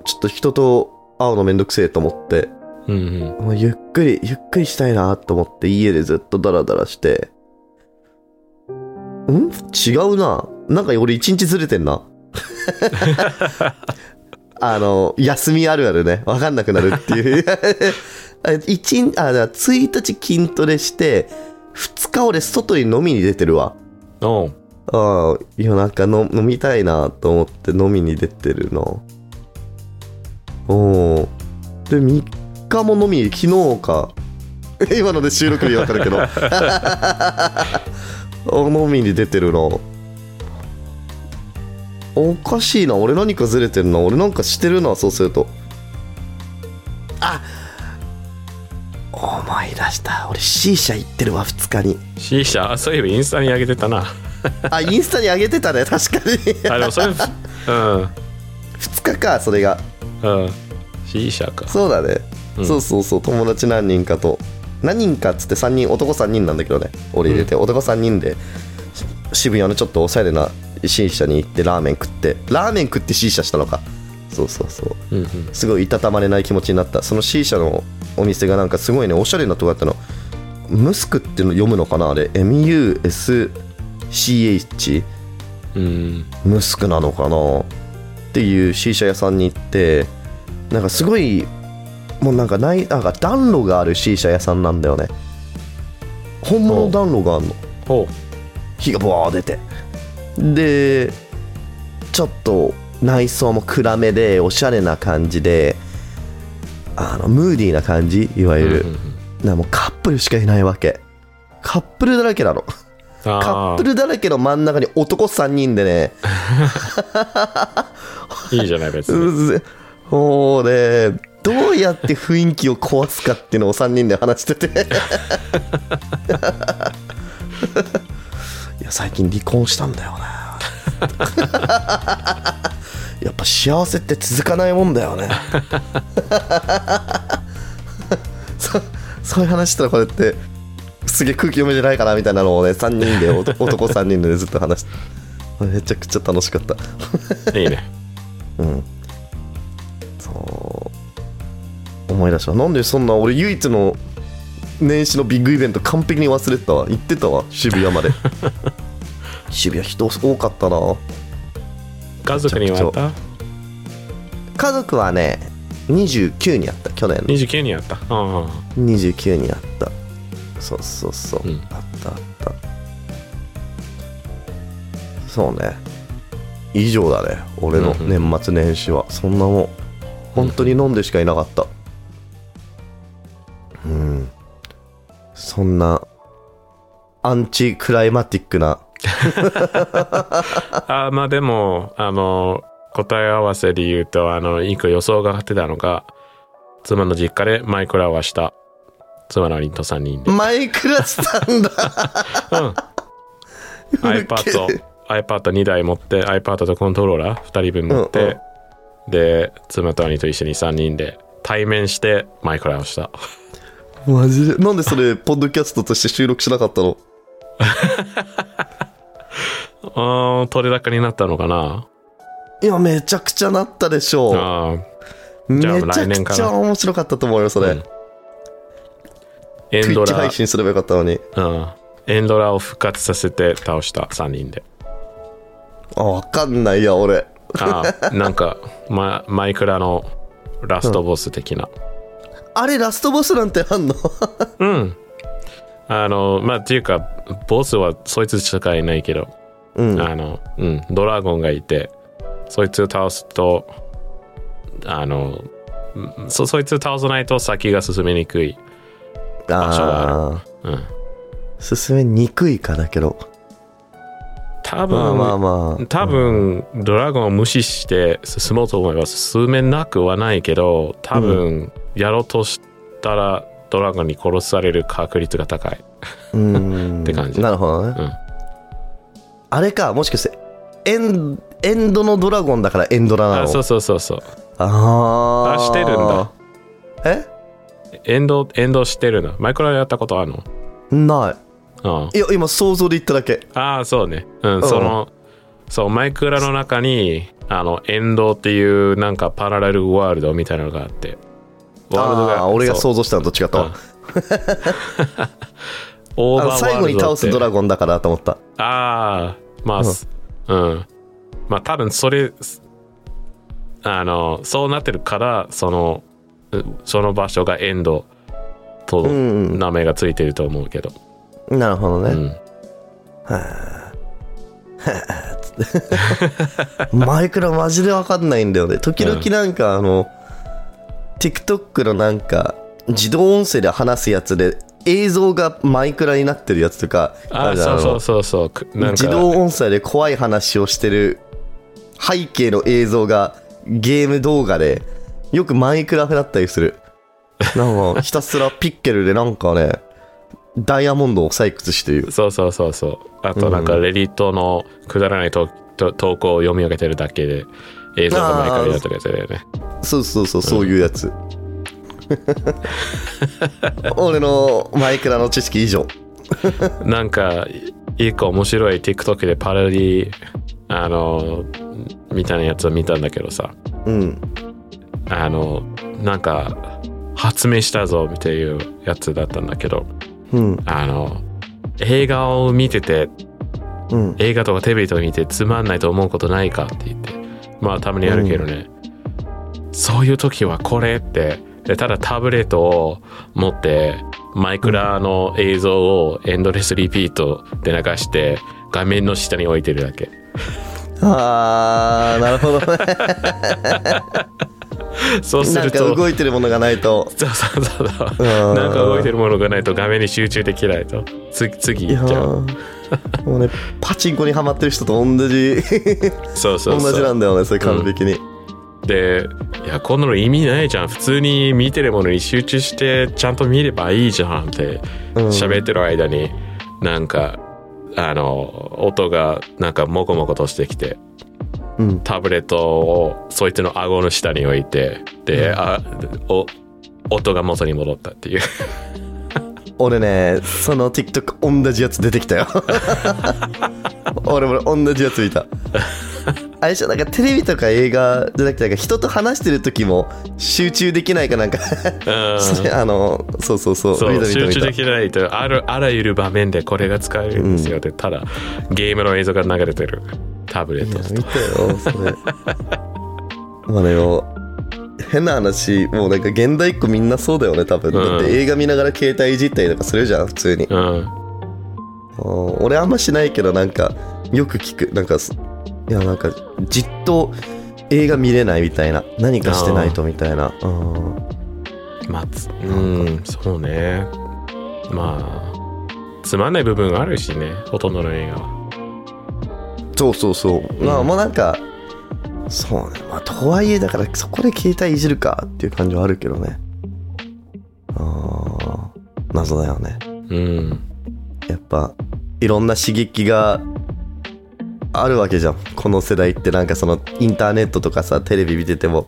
ちょっと人と会うのめんどくせえと思って、うんうん。もうゆっくり、ゆっくりしたいなと思って家でずっとダラダラして。ん違うな。なんか俺一日ずれてんな。あの、休みあるあるね。わかんなくなるっていう。あ一日、あ、だから1日筋トレして、2日俺外に飲みに出てるわ。おうああ、いや、なんかの飲みたいなと思って飲みに出てるな。おお。で、3日も飲みに、昨日か。 今ので収録日わかるけど。 お飲みに出てるな。おかしいな。俺何かずれてるな。俺なんかしてるな、そうすると。あ思い出した。俺 C 社行ってるわ、2日に。シーシャ、あそういえばインスタにあげてたな。 あ、インスタに上げてたね、確かに。あ、でもそれ、うん。 2日かそれがうん。シーシャか。そうだね、うんそうそうそう友達何人かと何人かっつって3人男3人なんだけどね俺入れて、男3人でし渋谷のちょっとおしゃれな C 社に行ってラーメン食ってラーメン食って C 社したのかそうそうそううんうん。すごいいたたまれない気持ちになったその C 社のお店がなんかすごいねおしゃれなとこだったのムスクっていうの読むのかなあれ MUSCH うん。ムスクなのかなっていう C 社屋さんに行ってなんかすごいもうなんかないなんか暖炉がある C 社屋さんなんだよね本物の暖炉があるのほ火がブワー出てでちょっと内装も暗めでおしゃれな感じであのムーディーな感じいわう。ゆる、うんうんうんなもうカップルしかいないわけカップルだらけなのカあップルだらけの真ん中に男3人でねあ、いいじゃない、別に。うぜもうねどうやって雰囲気を壊すかっていうのを3人で話してていや最近離婚したんだよねやっぱ幸せって続かないもんだよねそそういう話したらこれってすげえ空気読めてないかなみたいなのをね3人で男男3人でねずっと話してめちゃくちゃ楽しかったいいね。うんそう思い出したなんでそんな俺唯一の年始のビッグイベント完璧に忘れてたわ行ってたわ渋谷まで渋谷人多かったな家族にはあった家族はね29にあった去年の ?29 にあった。あ29にあったそうそうそう、うんあったあったそうね以上だね俺の年末年始は、そんなもんあ。本当に飲んでしかいなかったうんそんなアンチクライマティックなあーまあでもあの答え合わせで言うとあの一個予想が立てたのが妻の実家でマイクラをした妻のリンと3人で、マイクラしたんだうん、iPad を iPad2 台持って iPad とコントローラー2人分持って、うんうで妻と兄と一緒に3人で対面してマイクラをしたマジでなんでそれポッドキャストとして収録しなかったのうーん取れ高になったのかないやめちゃくちゃなったでしょうあーめちじゃあゃくちゃ面白かったと思うよそれ、うんエンド Twitch ラ配信すればよかったのにうん、エンドラを復活させて倒した3人であ分かんないや俺あ ーなんか、ま、マイクラのラストボス的なあれラストボスなんてあんの うん、あのまあっていうかボスはそいつしかいないけど、うんあのうんドラゴンがいてそいつを倒すとあのうんそそいつを倒さないと先が進めにくい、所がああうん、進めにくいかだけど多分、まあまあまあ多分ドラゴンを無視して進もうと思えば進めなくはないけど多分やろうとしたらドラゴンに殺される確率が高い、うんって感じなるほどねうん、あれかもしかしてエンエンドのドラゴンだからエンドラなのあそうそうそうそうあああしてるんだえエンドエンドしてるのマイクラやったことあるのなうんいいや今想像で言っただけああそうねうん、んそのそうマイクラの中にあのエンドっていうなんかパラレルワールドみたいなのがあってワールドあがあー俺がそ想う像したのと違ったわ オーあのバーワールド最後に倒すドってラゴンだからと思ったああ、まあ、すうん。まあ、多分それ、すあの、そうなってるから、その、うその場所がエンドとうん名前がついてると思うけど。なるほどうね、ん。マイクラマジで分かんないんだよね時々なんかあの、TikTok のなんか自動音声で話すやつで映像がマイクラになってるやつとかるああ、じゃんそうのそうそうそうく。なん自か、動音声で怖い話をしてる背景の映像がゲーム動画でよくマイクラフだったりするなんかひたすらピッケルでなんかねダイヤモンドを採掘しているそうそうそうそう。あと、なんか、レディットのくだらないとと投稿を読み上げてるだけで、映像がマイクラになってるやつだよね。そうそうそうそういうやつ俺のマイクラの知識以上なんか、一個面白い TikTok でパロディ、あの、みたいなやつを見たんだけどさ、うんあの、なんか、発明したぞっていうやつだったんだけど、うんあの、映画を見てて、うん映画とかテレビとか見てつまんないと思うことないかって言って、まあたまにやるけどね、そういう時はこれって、でただタブレットを持って、マイクラの映像をエンドレスリピートで流して、画面の下に置いてるだけ。あーなるほどねそう すなんるかと、動いてるものがないとそうそうそうそう。うんなんか動いてるものがないと画面に集中できないと。次、次いや行っちゃう。ーもうねパチンコにはまってる人と同じそうそう同じそなう。んだよねそれ完璧に、で、いや、こんなの意味ないじゃん。普通に見てるものに集中して、ちゃんと見ればいいじゃんって、うん喋ってる間に、なんか、あの、音がなんかもこもことしてきて、うんタブレットをそいつの顎の下に置いて、で、あ、お、音が元に戻ったっていう。俺ねその TikTok 同じやつ出てきた よ俺も同じやつ見たあれじゃなんかテレビとか映画じゃなくてなんか人と話してる時も集中できないかなんかう んそ れあのそうそうそうそ見うた見た集見中たできないとあるあらゆる場面でこれが使えるんですよって、ただゲームの映像が流れてるタブレットいや見たよそ れまあねもう変な話もうなんか現代っ子みんなそうだよね多分、うんだって映画見ながら携帯いじったりとかするじゃん普通に、うんうん俺あんましないけどなんかよく聞くなんかすいやなんかじっと映画見れないみたいな何かしてないとみたいなうんまあつうんそうねまあつまんない部分があるしねほとんどの映画はそうそうそう、んまあもうなんかそうねまあとはいえだからそこで携帯いじるかっていう感じはあるけどねあー謎だよねうんやっぱいろんな刺激があるわけじゃんこの世代ってなんかそのインターネットとかさテレビ見てても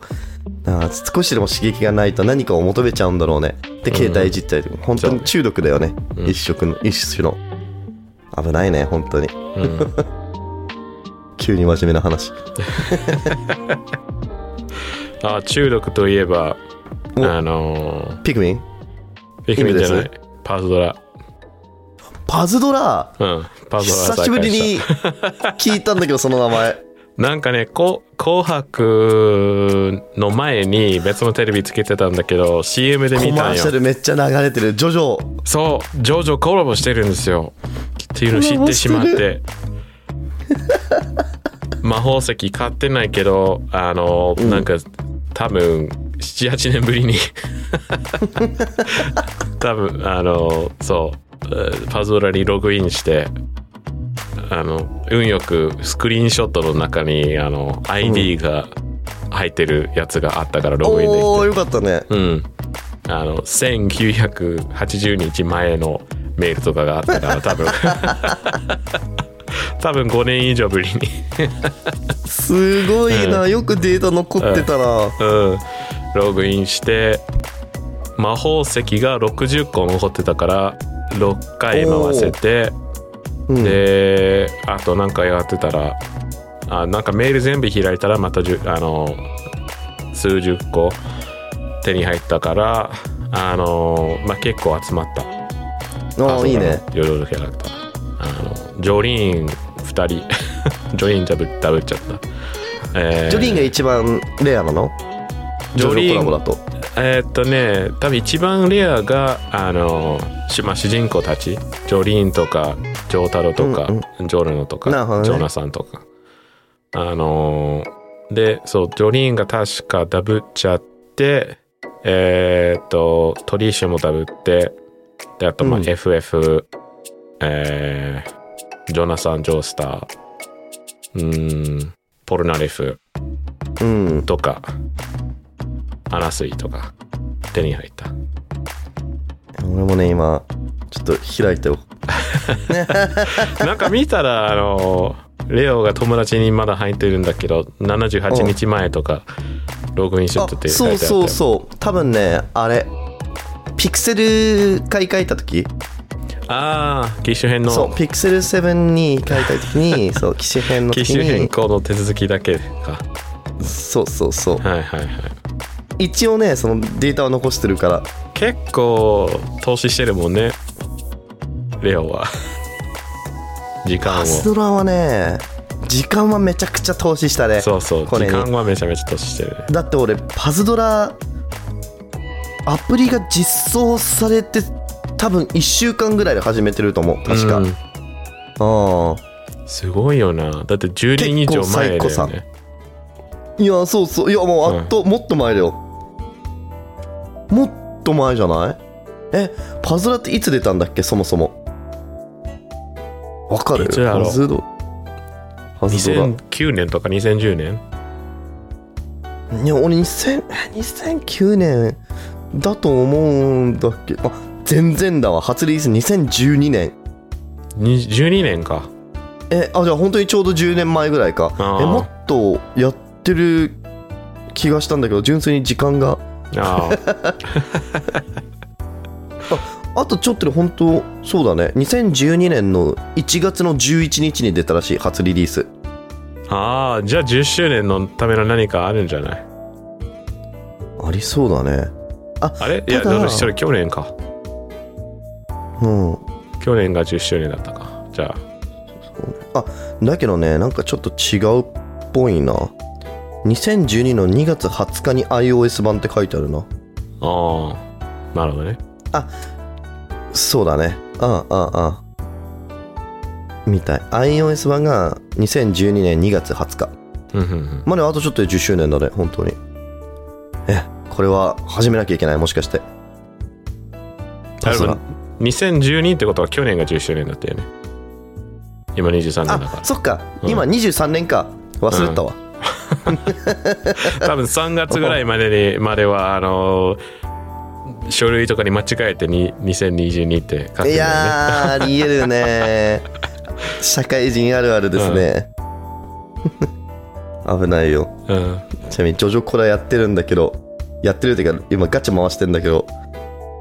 あー少しでも刺激がないと何かを求めちゃうんだろうねで携帯いじったりとか、本当に中毒だよねうね一色の一種の危ないね本当にうん急に真面目な話あ中毒といえばおあのピクミンーピクミンじゃな意味いパズドラパズドラうんパズ久ドラ再開たしぶりに聞いたんだけどその名前なんかね「こ紅白」の前に別のテレビつけてたんだけど CM でコ見マたーんよシャルめっちゃ流れてるジョジョそうジョジョコラボしてるんですよっていうのを知ってしまって魔法石買ってないけどあの、んなんか多分78年ぶりに多分あのそうえーパズドラにログインしてあの運よくスクリーンショットの中にあの ID が入ってるやつがあったからログインできておおーよかったねうん、あの1980日前のメールとかがあったから多分 多分5年以上ぶりに、すごいな、よくデータ残ってたな、うん、ログインして魔法石が60個残ってたから6回回せてうん、であと何かやってたらあなんかメール全部開いたらまたじゅあの数十個手に入ったからあの、まあ、結構集まった。ああいいねヨーロキャラクター。あの、ジョリーン2人。ジ ョリーンダブダブっちゃった。えジョリーンが一番レアなのジョリーンジョコラボだとえーっとね、多分一番レアが、あの、しまあ、主人公たち。ジョリーンとか、ジョータロとか、うんジョルノとか、なるほどねジョナサンとか。あのーで、そう、ジョリーンが確かダブっちゃって、えーっと、トリーシュもダブって、で、あと、まあ、うん FF、えージョナサン・ジョースター、うーん、ポルナレフうんとか、アナスイとか、手に入った。 俺もね今ちょっと開いておなんか見たら、あの、レオが友達にまだ入ってるんだけど、78日前とか、ログインしとっあて書いてそあうったよそうそう多分ねあれピクセル買い替えた時ああ、機種変そのう、ピクセル7に買い替えた時 にそう機種変の機時種変に更の手続きだけか。そうそうそうはいはいはい。一応ねそのデータは残してるから結構、投資してるもんね、レオは。 時間をパ。ズドラはね時間はめちゃくちゃ投資したねそうそう、これ時に間はめちゃめちゃ投資してるね。だって俺パズドラアプリが実装されて多分1週間ぐらいで始めてると思う確か、ううんんすごいよな。だって10年以上前だ結構最よね。いやそうそういやもううんあっと、もっと前だよもっと前じゃないえパズドラっていつ出たんだっけそもそもわかるいつだろうパズドパズドラ2009年とか2010年いや俺2000え2009年だと思うんだっけあ全然だわ初リリース2012年に ?12 年か。えあじゃあ本当にちょうど10年前ぐらいかあーえもっとやってる気がしたんだけど純粋に時間があ あ。あとちょっとで本当そうだね2012年の1月の11日に出たらしい初リリースああ、じゃあ10周年のための何かあるんじゃないありそうだねあれいや、ただどうし去年か。うん去年が10周年だったか。じゃだけどねなんかちょっと違うっぽいな2012の2月20日に iOS 版って書いてあるなあ、ああ、なるほどね。そうだねああああみたい iOS 版が2012年2月20日うんうんうんまあね、あとちょっとで10周年だね、本当に。え、これは始めなきゃいけない、もしかして。なるほどさすが2012ってことは去年が10周年だったよね今23年だあかそっか、うん今23年か忘れてたわ、ら多分3月ぐらいまでにまではあのー書類とかに間違えてに2022って書くんだよねいや ーありえるね社会人あるあるですね、 危ないようんちなみにジョジョコラやってるんだけどやってるっていうか今ガチャ回してんだけど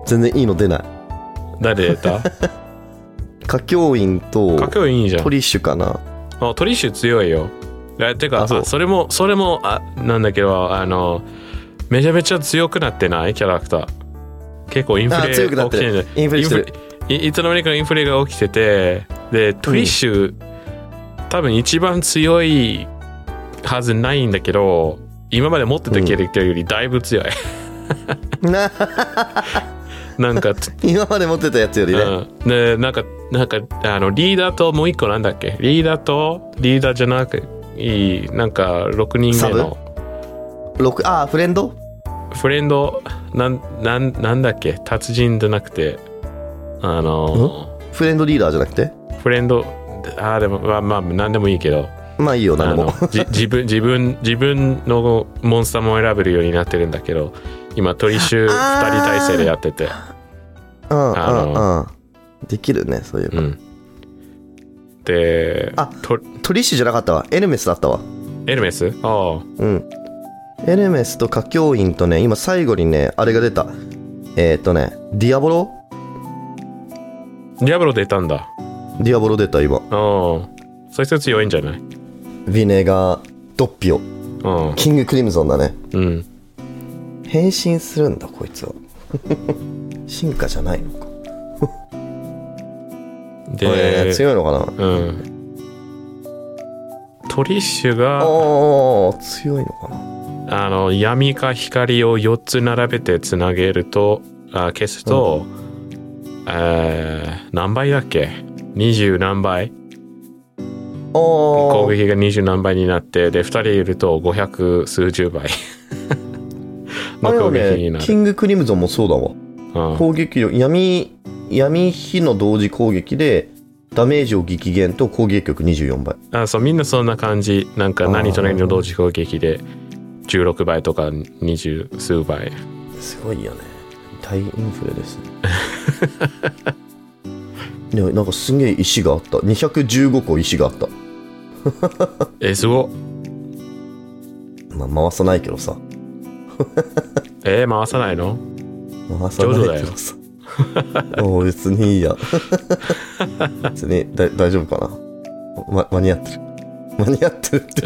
全然いいの出ない誰 出た歌教員とかっこいいじゃんトリッシュかなあトリッシュ強いよ。えてかあそうあそれもそれもあなんだけどあのめちゃめちゃ強くなってないキャラクター結構インフあレ強くながっ起てきてるるインフレしてるインフレいいつの間にかインフレが起きててでトリッシュ、多分一番強いはずないんだけど今まで持ってたキャラクターよりだいぶ強い、ななんか今 まで持ってたやつよりね、うん、でなんかなんかあのリーダーともう一個なんだっけリーダーとリーダーじゃなくいいなんか6人目の六ああフレンドフレンドなんなんなんだっけ達人じゃなくてあのフレンドリーダーじゃなくてフレンドあーでもまあまあ何でもいいけどまあいいよあ何でのもじ 自分自分自分のモンスターも選べるようになってるんだけど今トリシュ2人体制でやっててうんあうんうんできるねそういうのうんであとトリッシュじゃなかったわエルメスだったわエルメスああうんエルメスと歌教員とね今最後にねあれが出たえーっ、とねディアボロディアブロ出たんだディアボロ出た今うん。そいつ強いんじゃないヴィネガードッピオうん。キングクリムゾンだねうん。変身するんだこいつは 進化じゃないのかえで、ー強いのかなうん。トリッシュあが、ー強いのかなあの、闇か光を4つ並べてつなげると、あ消すと、えー何倍だっけ ?20 何倍あ攻ー撃が20何倍になって、で、2人いると500数十倍あのれは攻撃にねなキる。ングクリムゾンもそうだわうん攻撃力闇闇火の同時攻撃でダメージを激減と攻撃力24倍あそうみんなそんな感じなんか何と何の同時攻撃で16倍とか20数倍すごいよね大インフレですね いやなんかすげえ石があった215個石があった、えすごっまあ、回さないけどさえー回さないの回さないけどさ もう別にいいや別にだ大丈夫かな、ま、間に合ってる間に合ってるって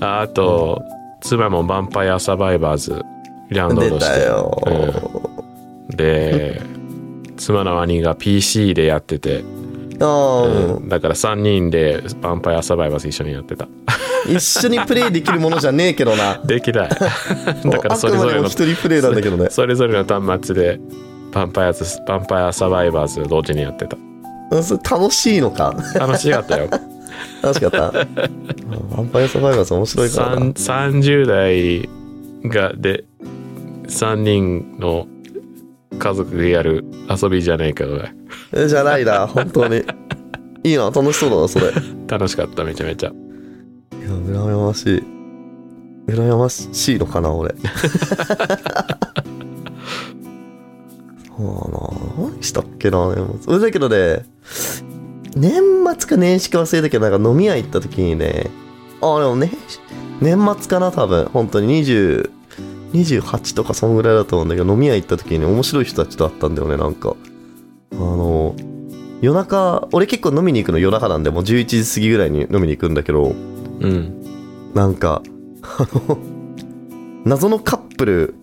ああと妻もヴァンパイアサバイバーズラウンド出とたしよ、てで妻の兄が PC でやってて、ああ、うんだから3人でヴァンパイアサバイバーズ一緒にやってた一緒にプレイできるものじゃねえけどなでき ないだからあそくれまぞでれもの一人プレイなんだけどねそれぞれの端末でヴァンパイアズヴァンパイアサバイバーズ同時にやってたうんそれ楽しいのか楽しかったよ楽しかったうんヴァンパイアサバイバーズ面白いからな 三30代がで3人の家族でやる遊びじゃねえかこれえじゃないな本当にいいな楽しそうだなそれいや楽しかっためちゃめちゃ羨ましい羨ましいのかな俺 そうだな何したっけなでもそれだけどね年末か年始か忘れたけどなんか飲み屋行った時にねあでもね年末かな多分本当に20 28とかそんぐらいだと思うんだけど飲み屋行った時に面白い人たちと会ったんだよねなんかあの夜中俺結構飲みに行くの夜中なんでもう11時過ぎぐらいに飲みに行くんだけどうんなんかあの謎のカップル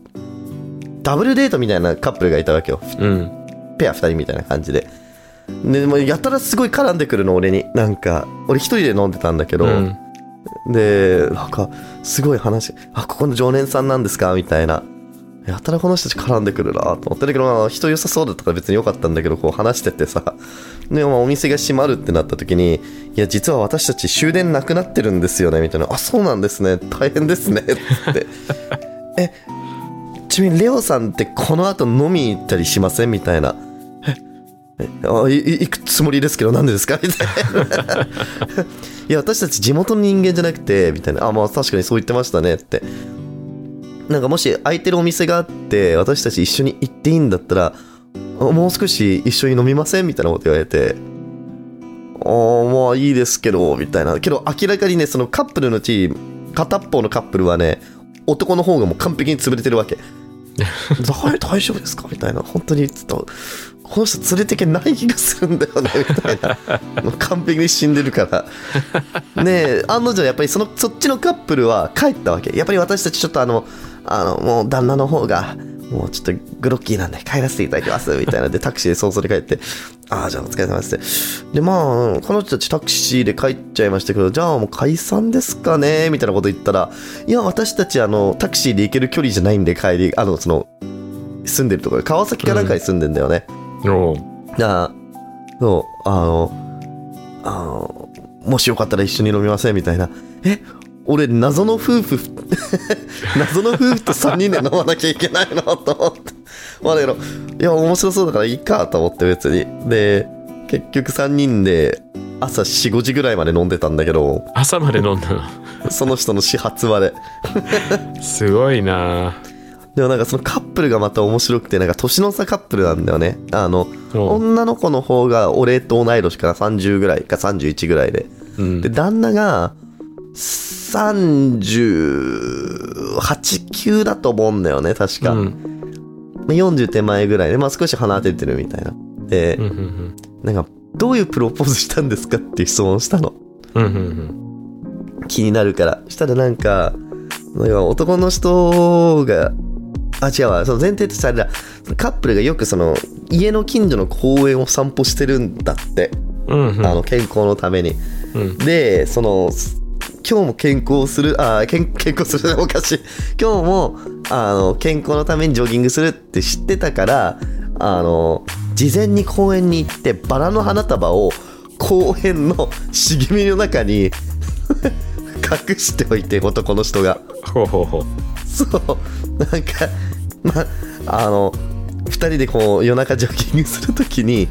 ダブルデートみたいなカップルがいたわけようんペア2人みたいな感じで。でもうやたらすごい絡んでくるの俺になんか俺一人で飲んでたんだけど、うんでなんかすごい話あここの常連さんなんですかみたいなやたらこの人たち絡んでくるなと思ってだけどまあ人良さそうだったから別に良かったんだけどこう話しててさで、まあ、お店が閉まるってなった時に「いや実は私たち終電なくなってるんですよね」みたいな「あそうなんですね大変ですね」ってえちなみにレオさんってこの後飲みに行ったりしませんみたいなええあいい行くつもりですけどなんでですかみたいないや私たち地元の人間じゃなくてみたいなあまあ確かにそう言ってましたねってなんかもし空いてるお店があって私たち一緒に行っていいんだったらあもう少し一緒に飲みませんみたいなこと言われてあーまあいいですけどみたいなけど明らかにねそのカップルのうち片方のカップルはね男の方がもう完璧に潰れてるわけ大大丈夫ですかみたいな本当にちょっとこの人連れてけない気がするんだよねみたいなもう完璧に死んでるからねえ案の定やっぱりそのそっちのカップルは帰ったわけやっぱり私たちちょっとあのあのもう旦那の方がもうちょっとグロッキーなんで帰らせていただきますみたいなでタクシーで早々で帰ってああじゃあお疲れ様ですでまあ彼女たちタクシーで帰っちゃいましたけどじゃあもう解散ですかねみたいなこと言ったらいや私たちあのタクシーで行ける距離じゃないんで帰りあのその住んでるところ川崎かなんかに住んでんだよね、おうだからそうあのあのもしよかったら一緒に飲みませんみたいなえ俺謎の夫婦 謎の夫婦と3人で飲まなきゃいけないのと思ってまあだけどいや面白そうだからいいかと思って別にで結局3人で朝45時ぐらいまで飲んでたんだけど朝まで飲んだのその人の始発まですごいなでもなんかそのカップルがまた面白くてなんか年の差カップルなんだよねあのおう女の子の方が俺と同い年から30ぐらいか31ぐらいでうんで旦那が389だと思うんだよね確か、うんまあ40手前ぐらいで、まあ、少し離れてるみたいなでうんうんなんかどういうプロポーズしたんですかっていう質問をしたのうんうんうん気になるからしたらなんかなんか男の人があ違うわその前提としてあれだカップルがよくその家の近所の公園を散歩してるんだって、うんうんあの健康のためにうんでそのす今日も健康するあー健健康するおかしい今日もあの健康のためにジョギングするって知ってたからあの事前に公園に行ってバラの花束を公園の茂みの中に 隠しておいて男の人がほうほうほうそうなんかまあの2人でこう夜中ジョギングするときに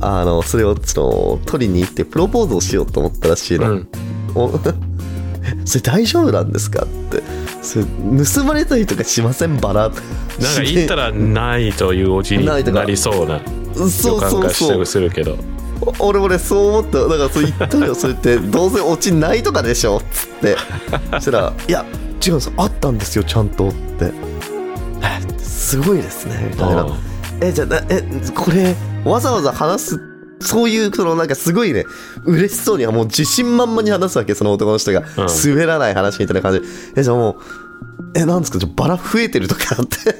あのそれをその取りに行ってプロポーズをしようと思ったらしいの、うんお それ大丈夫なんですかってそれ盗まれたりとかしませんバラなんかなんか言ったらないというおじにないとかなりそうなそう予そう感がしそうてするけどお俺もねそう思っただからそう言ったのよそれってどうせ落ちないとかでしょっつっ てそしたら「いや違うんですよあったんですよちゃんと」って えすごいですねみたいなうんえじゃあなえこれわざわざ話すそういうそのなんかすごいね嬉しそうにはもう自信満々に話すわけその男の人が、うん滑らない話みたいな感じでえじゃあもうえなんですかじゃあバラ増えてるとかって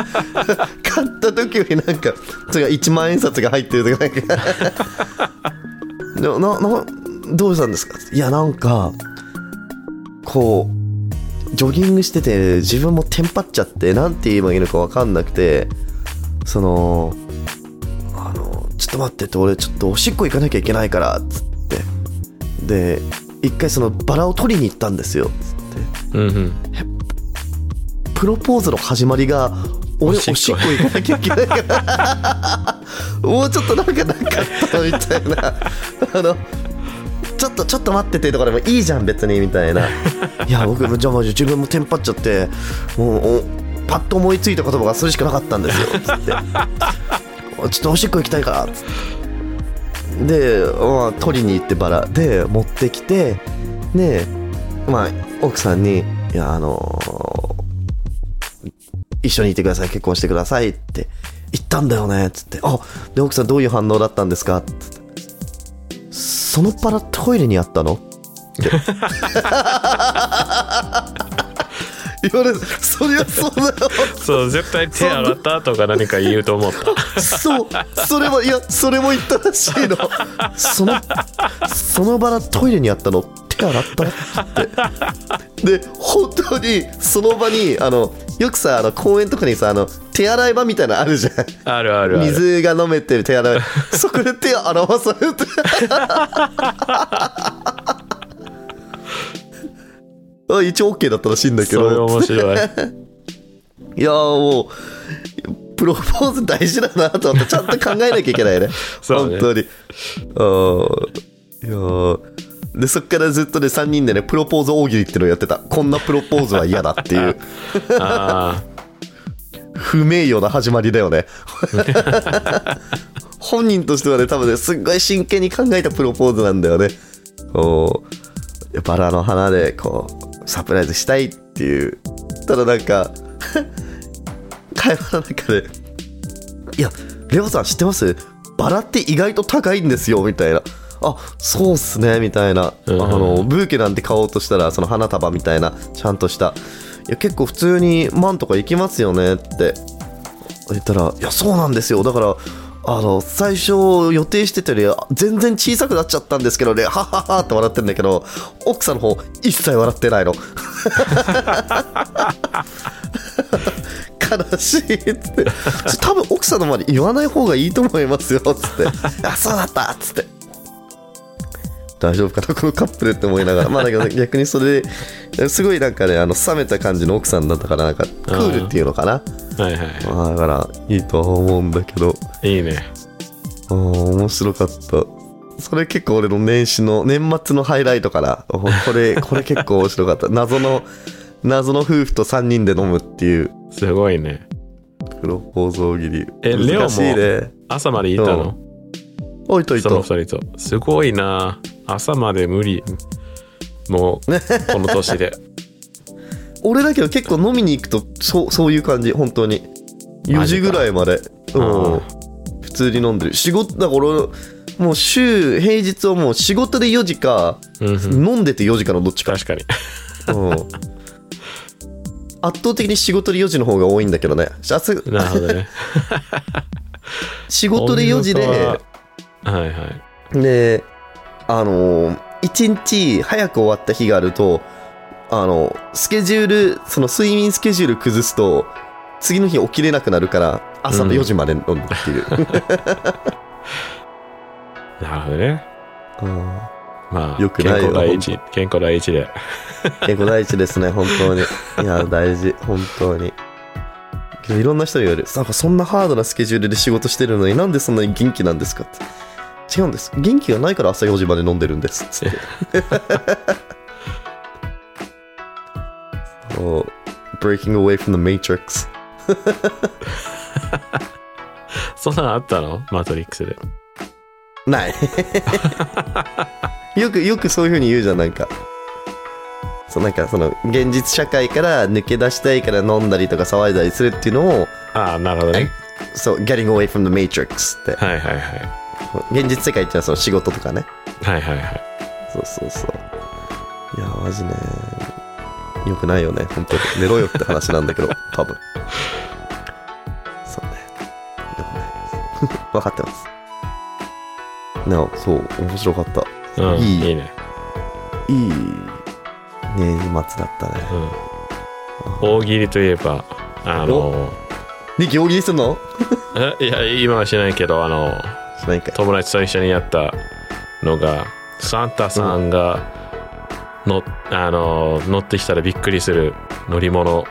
買った時よりなんかそれが1万円札が入ってるとかなんかでもななどうしたんですかいやなんかこうジョギングしてて自分もテンパっちゃってなんて言えばいいのか分かんなくてそのあのちょっと待ってって俺ちょっとおしっこ行かなきゃいけないからっつってで一回そのバラを取りに行ったんですよつってうんうんプロポーズの始まりが俺おおししっこっこ行かなきゃいけないからもうちょっとなんかなかったのみたいな あのちょっとちょっと待っててとかでもいいじゃん別にみたいないや僕じゃあまあ自分もテンパっちゃってもうおパッと思いついた言葉がそれしかなかったんですよつって おちょっとおしっこ行きたいからつってで、まあ、取りに行ってバラで持ってきてでまあ奥さんに「いやあの一緒にいてください結婚してください」って言ったんだよねっつって「あで奥さんどういう反応だったんですか?」ってそのパラトイレにあったの?」って言われるそりゃそうだよそう絶対手洗ったとか何か言うと思ったそうそれはいやそれも言ったらしいのそのその場のトイレにあったの手洗ったってで本当にその場にあのよくさあの公園とかにさあの手洗い場みたいなのあるじゃんあるあるある水が飲めてる手 洗いそこで手洗わされてあ一応 OK だったらしいんだけそれど面白いいやーもうプロポーズ大事だなと思ってちゃんと考えなきゃいけないね そうね本当にうんいやーでそっからずっとね3人でねプロポーズ大喜利ってのをやってたこんなプロポーズは嫌だっていうあ不名誉な始まりだよね 本人としてはね多分ねすっごい真剣に考えたプロポーズなんだよねこうバラの花でこうサプライズしたいっていうただなんか 会話の中で「いやレオさん知ってますバラって意外と高いんですよ」みたいな「あそうっすね」みたいな、うんうんあのブーケなんて買おうとしたらその花束みたいなちゃんとした「いや結構普通に万とか行きますよね」って言ったら「いやそうなんですよだからあの最初予定してたより全然小さくなっちゃったんですけどねはははって笑ってんだけど奥さんの方一切笑ってないの悲しいっつってそれ多分奥さんの前で言わない方がいいと思いますよっつってあそうだったっつって大丈夫かなこのカップルって思いながらまあだけど逆にそれですごいなんかねあの冷めた感じの奥さんだったからなんかクールっていうのかなあはいはまあだからいいとは思うんだけどいいいねあー面白かったそれ結構俺の年始の年末のハイライトかなお これこれ結構面白かった謎の謎の夫婦と3人で飲むっていうすごいねプロポーズ大喜利えレオも難しいね朝までいたうのおいといそとの二人とすごいな朝まで無理もうこの年で俺だけど結構飲みに行くとそうそういう感じ本当に4マジ時かぐらいまでうあん普通に飲んでる仕事だから俺もう週平日はもう仕事で4時か、うんうん飲んでて4時かのどっちか確かにうん圧倒的に仕事で4時の方が多いんだけどねあすなるほどね仕事で4時お見事でははいはいであの1日早く終わった日があるとあのスケジュールその睡眠スケジュール崩すと次の日起きれなくなるから朝の4時まで飲むっていう、なるほどねうんまあよくない健よ康第一健康第一で結構大事ですね本当にいや大事本当にけどいろんな人に言われるなんかそんなハードなスケジュールで仕事してるのになんでそんなに元気なんですかって違うんです元気がないから朝4時まで飲んでるんですつって そう Breaking away from the matrix そんなのあったのマトリックスでない よくよくそういうふうに言うじゃんなんかそうなんかその現実社会から抜け出したいから飲んだりとか騒いだりするっていうのをああなるほどねそう、getting away from the matrix って。はいはいはい現実世界っていうのはその仕事とかね。はいはいはいそうそうそう。いや、マジね。よくないよね、本当に。寝ろよって話なんだ けど、多分。そうね。よくないです。分かってます。なお、そう、面白かった。うんいいいいねいい年末だったね。うん大喜利といえばあのリキ、大喜利すんのえいや今はしないけどあのしないかい。友達と一緒にやったのがサンタさんがの、あの乗ってきたらびっくりする乗り物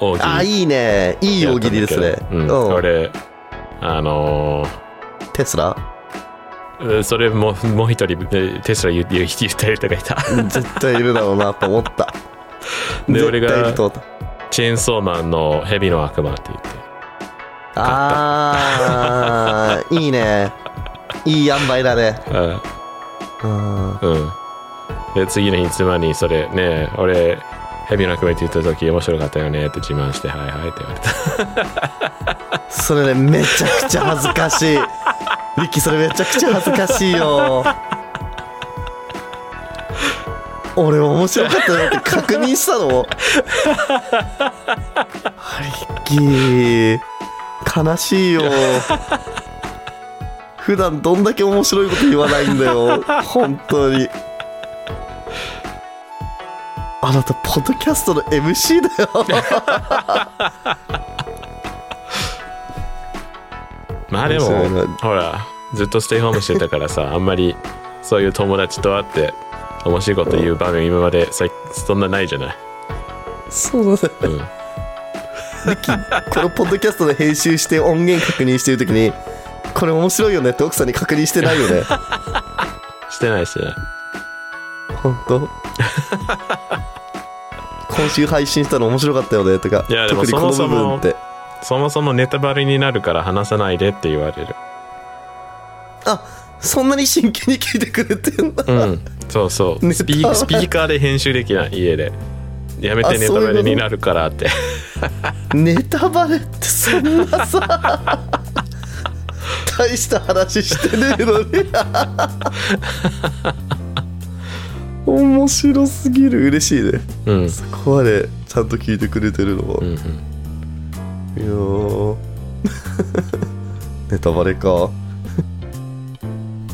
大喜利あ、いいね。いい大喜利ですねやっ。たんだけどうん、俺あのテスラーそれももう一人えテスラ言う言う言ったりとかいた絶対いるだろうなと思った。 で俺が絶対いると思ったチェーンソーマンの蛇の悪魔って言ってああ、いいね。いい塩梅だね。あうんうんで次の日妻にそれねえ俺蛇の悪魔って言った時面白かったよねって自慢してはいはいって言われた それね、めちゃくちゃ恥ずかし い。リッキー、それめちゃくちゃ恥ずかしいよ。俺面白かったなって確認したのハリッキー悲しいよ普段どんだけ面白いこと言わないんだよ本当にあなたポッドキャストの MC だよまあでもそうだねほらずっとステイホームしてたからさ あんまりそういう友達と会って面白いこと言う場面今までさそんなないじゃない、 そうだねうん、このポッドキャストで編集して音源確認してる時にこれ面白いよねって奥さんに確認してない よねしてないしてない本当今週配信したの面白かったよねとかいやでも特にこの部分ってそもそもネタバレになるから話さないでって言われるあそんなに真剣に聞いてくれて んだ、うんそうそう ネタスピースピーカーで編集できない家でやめてあネそタういうバことレになるからってネタバレってそんなさ大した話してねえのに 面白すぎる嬉しいねうんうんそこまでちゃんと聞いてくれてるのは、ういんやー ネタバレか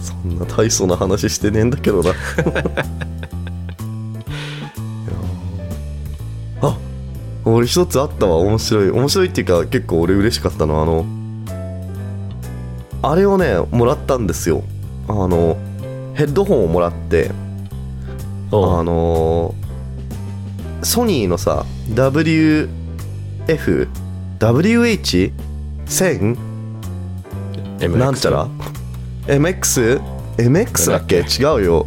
そんな大層な話してねえんだけどな いやーあ俺一つあったわ面白い面白いっていうか結構俺嬉しかったのはあのあれをねもらったんですよあのヘッドホンをもらっておうあのーソニーのさ WFWH1000 MX なんちゃら MX?MX だっけ違うよ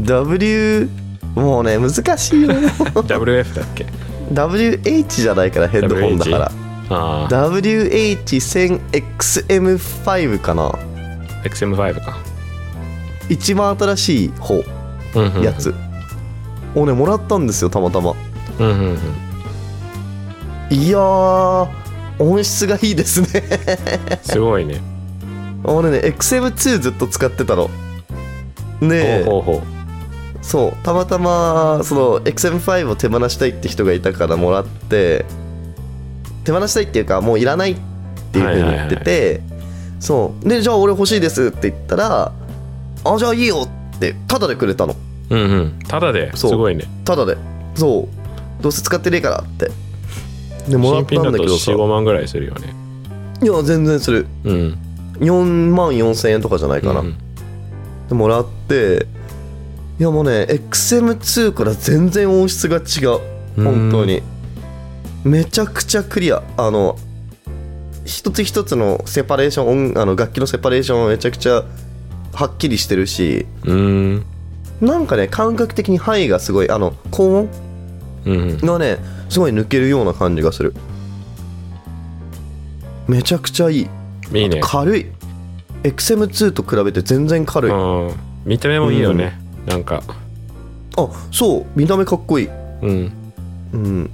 W もうね難しいよ WF だっけ WH じゃないからヘッドホンだからああ WH1000XM5 かな XM5 か一番新しい方うんうんやつをねもらったんですよたまたまうんうんうんいやー音質がいいですねすご いね俺ね XM2 ずっと使ってたのでほうほうほそうたまたまその XM5 を手放したいって人がいたからもらって手放したいっていうかもういらないっていうふうに言ってて、そうでじゃあ俺欲しいですって言ったらあじゃあいいよってタダでくれたのううんうんただでそすうごいねタダでそうどうせ使ってねえからってでもらっ新た品んだだけとどさ45万ぐらいするよねいや全然するうん4万4000円とかじゃないかな、うんでもらっていやもうね XM2 から全然音質が違ううん本当にめちゃくちゃクリアあの一つ一つのセパレーション音あの楽器のセパレーションはめちゃくちゃはっきりしてるしうんなんかね感覚的に範囲がすごいあの高音うんがねすごい抜けるような感じがするめちゃくちゃいいいいね軽い XM2 と比べて全然軽い、うん見た目もいいよねなんかあそう見た目かっこいいうんうん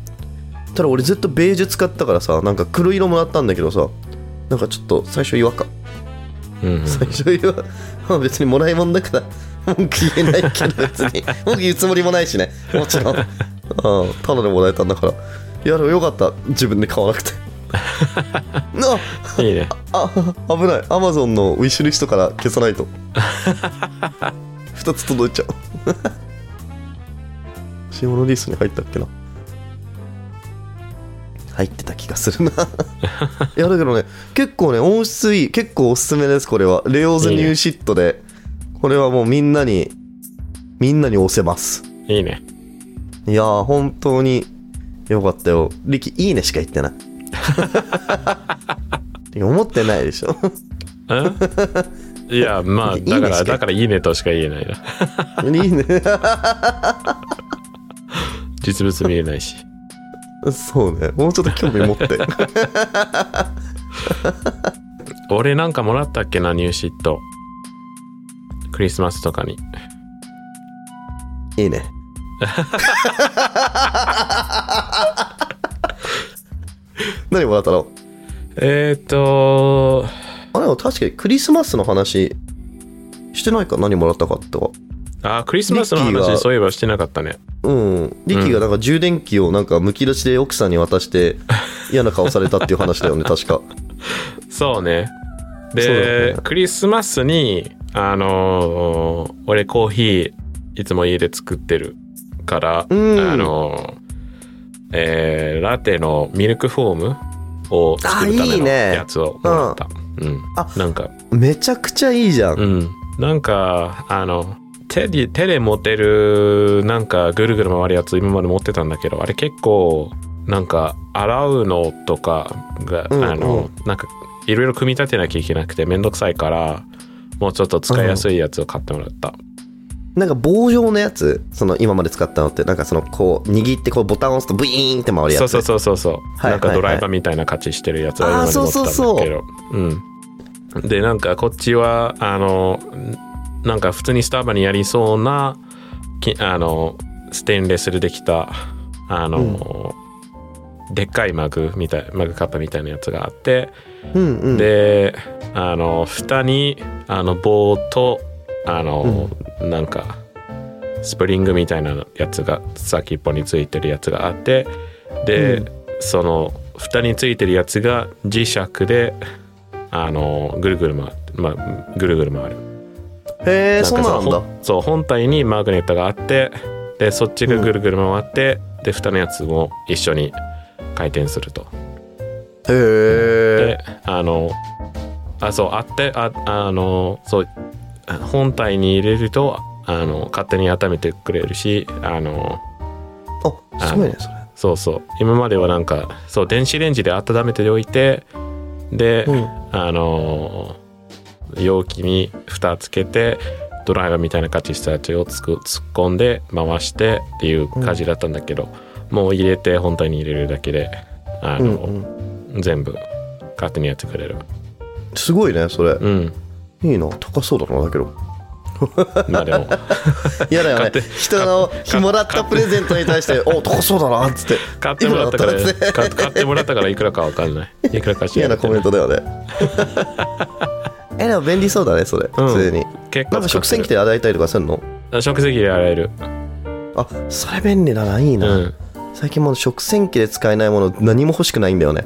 ただ俺ずっとベージュ使ったからさなんか黒色もらったんだけどさなんかちょっと最初違和感うん うん最初違和まあ別にもらいもんだから文句言えないけど別に文句言うつもりもないしねもちろんうんただでもらえたんだからいやでもよかった自分で買わなくてあいいねあ 危ないアマゾンのウィッシュリストから消さないと2つ届いちゃう 下のリストに入ったっけな入ってた気がするないやだけどね結構ね音質いい結構おすすめですこれはレオーズニューシットでこれはもうみんなにみんなに押せますいいねいやー本当によかったよリキいいねしか言ってないいや思ってないでしょうん いやまあいいねだかしらかだからいいねとしか言えないないいね実物見えないしそうねもうちょっと興味持って 俺なんかもらったっけなニューシットクリスマスとかにいいね 何もらったのえっとあれは確かにクリスマスの話してないか何もらったかとかあークリスマスのミッキー話はそういえばしてなかったねうん、リキがなんか充電器をなんかむき出しで奥さんに渡 して嫌な顔されたっていう話だよね確かそうねそうだでよねクリスマスにあのー俺コーヒーいつも家で作ってるから、うんあのーえーラテのミルクフォームを作るたあめいいのねやつをもらったうんあなんかめちゃくちゃいいじゃん、うんなんかあの手で手で持てるなんかぐるぐる回るやつ今まで持ってたんだけどあれ結構なんか洗うのとかが、うんあのなんかいろいろ組み立てなきゃいけなくてめんどくさいからもうちょっと使いやすいやつを買ってもらった、なんか棒状のやつその今まで使ったのってなんかそのこう握ってこうボタンを押すとブイーンって回るやつそうそうそうそうそう、はいなんかはいドはいライバーみたいな価値してるやつはあー今まで持ってたんそうそだけどうそううん、でなんかこっちはあのなんか普通にスタバにやりそうなきあのステンレスでできたあの、でっかいマグみたいマグカップみたいなやつがあって、うんうんであの蓋にあの棒とあの、なんかスプリングみたいなやつが先っぽについてるやつがあってで、うんその蓋についてるやつが磁石であのぐるぐる回って、まあ、ぐるぐる回る。へえなんそうかそのなんだほんそう本体にマグネットがあってでそっちがぐるぐる回って、で蓋のやつも一緒に回転すると。へえであのあそうあってああのそうあ本体に入れるとあの勝手に温めてくれるしあのあすごいねそれそうそう今まではなんかそう電子レンジで温めておいてで、うんあの容器に蓋つけてドライバーみたいな形したやつをつく突っ込んで回してっていう感じだったんだけど、もう入れて本体に入れるだけであうんの、うん全部勝手にやってくれる。すごいねそれうんいいな高そうだなだけどまあでも嫌だよね勝手人のもらったプレゼントに対して「お高そうだな」っつって買ってもらったからいくらだった買買ってもらったからいくらかわかんないいくらかしら嫌なコメントだよ ねえでも便利そうだねそれうん普通に、結な構んか食洗機でで洗いたりとかするの食洗機で洗えるあそれ便利だないいうな、ん最近もう食洗機で使えないもの何も欲しくないんだよね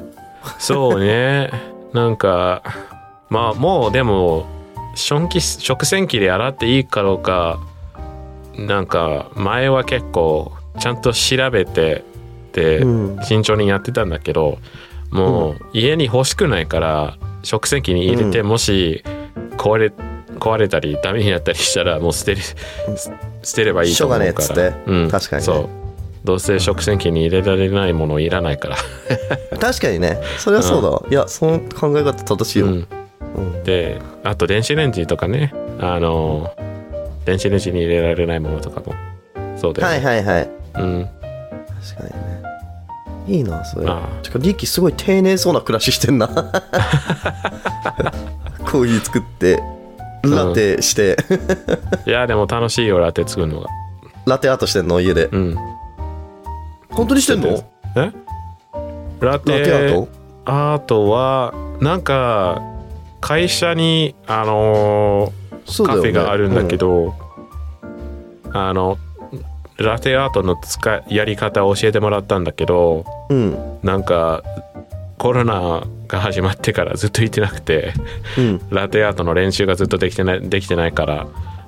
そうねなんかまあもうでも食器食洗機で洗っていいかどうかなんか前は結構ちゃんと調べてでうん慎重にやってたんだけどもう家に欲しくないから食洗機に入れてうもし壊れ壊れたりダメになったりしたらもう捨てるす捨てればいいと思うからしょうがねえっつってうん、確かにねそうどうせ食洗機に入れられないものいらないから確かにねそれはそうだわ、いやその考え方正しいよ、うんうんであと電子レンジとかねあの電子レンジに入れられないものとかもそうだよ、はいはいはいうん確かにねいいなそれあてかリキすごい丁寧そうな暮らし してんなコーヒー作ってラテして、いやでも楽しいよラテ作るのがラテアートしてんの家で、うん本当にしてんのラえラテテアート、アートはなんか会社にあのそうだカよフねェがあるんだけ、どあのラテアートの使いやり方を教えてもらったんだけどうんうんなんかコロナが始まってからずっと行ってなくてうんラテアートの練習がずっとできてないできてないから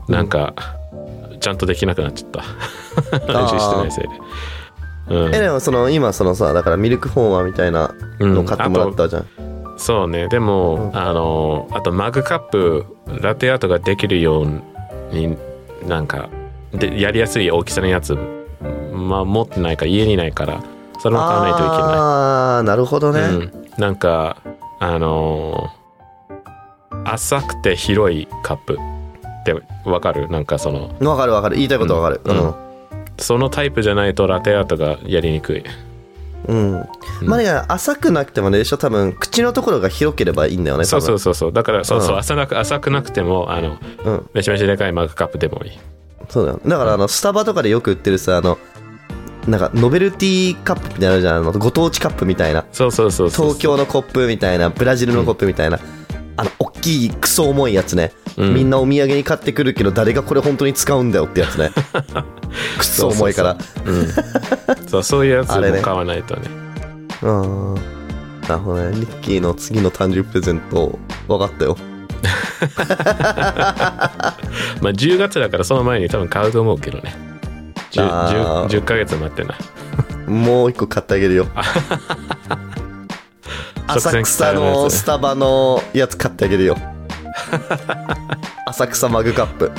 なんかちゃんとできなくなっちゃった 練習してないせいで。うんえでもその今そのさだからミルクフォーマーみたいなの買ってもらったじゃん、そうねでも、あのあとマグカップラテアートができるようになんかでやりやすい大きさのやつ、まあ、持ってないから家にないからそれも買わないといけないああなるほどね、うん、なんかあのー浅くて広いカップってわかるなんかそのわかるわかる言いたいことわかるうそのタイプじゃないとラテアートがやりにくいん、うんまあだから浅くなくてもねでしょ多分口のところが広ければいいんだよね多そう分そうそうそうだからそうそう、うん浅なく浅くなくてもあのう,、ん、めちゃめちゃでかいマグカップでもいいそうだよだからあのスタバとかでよく売ってるさあのなんかノベルティカップみたいなのあるじゃんあのご当地カップみたいなそうそうそうそう東京のコップみたいなブラジルのコップみたいな、あの、大きいクソ重いやつね。うんみんなお土産に買ってくるけど、誰がこれ本当に使うんだよってやつ ね。クソ重いから。うん、そうそういうやつあれねも買わないとねうん。なるほどね。リッキーの次の誕生日プレゼント、分かったよ。まあ10月だからその前に多分買うと思うけどね 10, あー 10, ヶ月待ってなもう一個買ってあげるよ。 浅草のスタバのやつ買ってあげる よ。浅草マグカッ プ。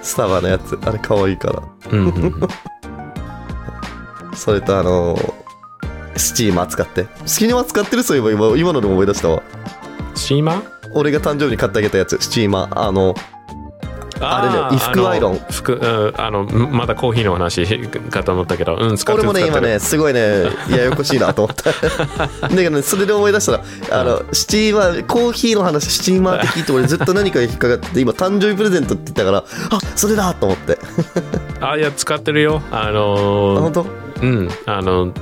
スタバのやつ。あれ可愛いから。うんうん うんそれとあのスチーマー使って。スチーマー使ってるそういえば今今のでも思い出したわ。シーマ俺が誕生日に買ってあげたやつ。スチーマー。あの、あれだよー衣服アイロンあの服、うん、あのまだコーヒーの話かと思ったけどうん使って俺るもね、使今ってるね、すごいね、ややこしいなと思 った。だけどね、それで思い出したら、あの、スチーマー、コーヒーの話、スチーマーって聞いて、俺ずっと何かに引っかかってて、今、誕生日プレゼントって言ったから、あそれだと思って。あいや使ってるよああの本ー当うんあの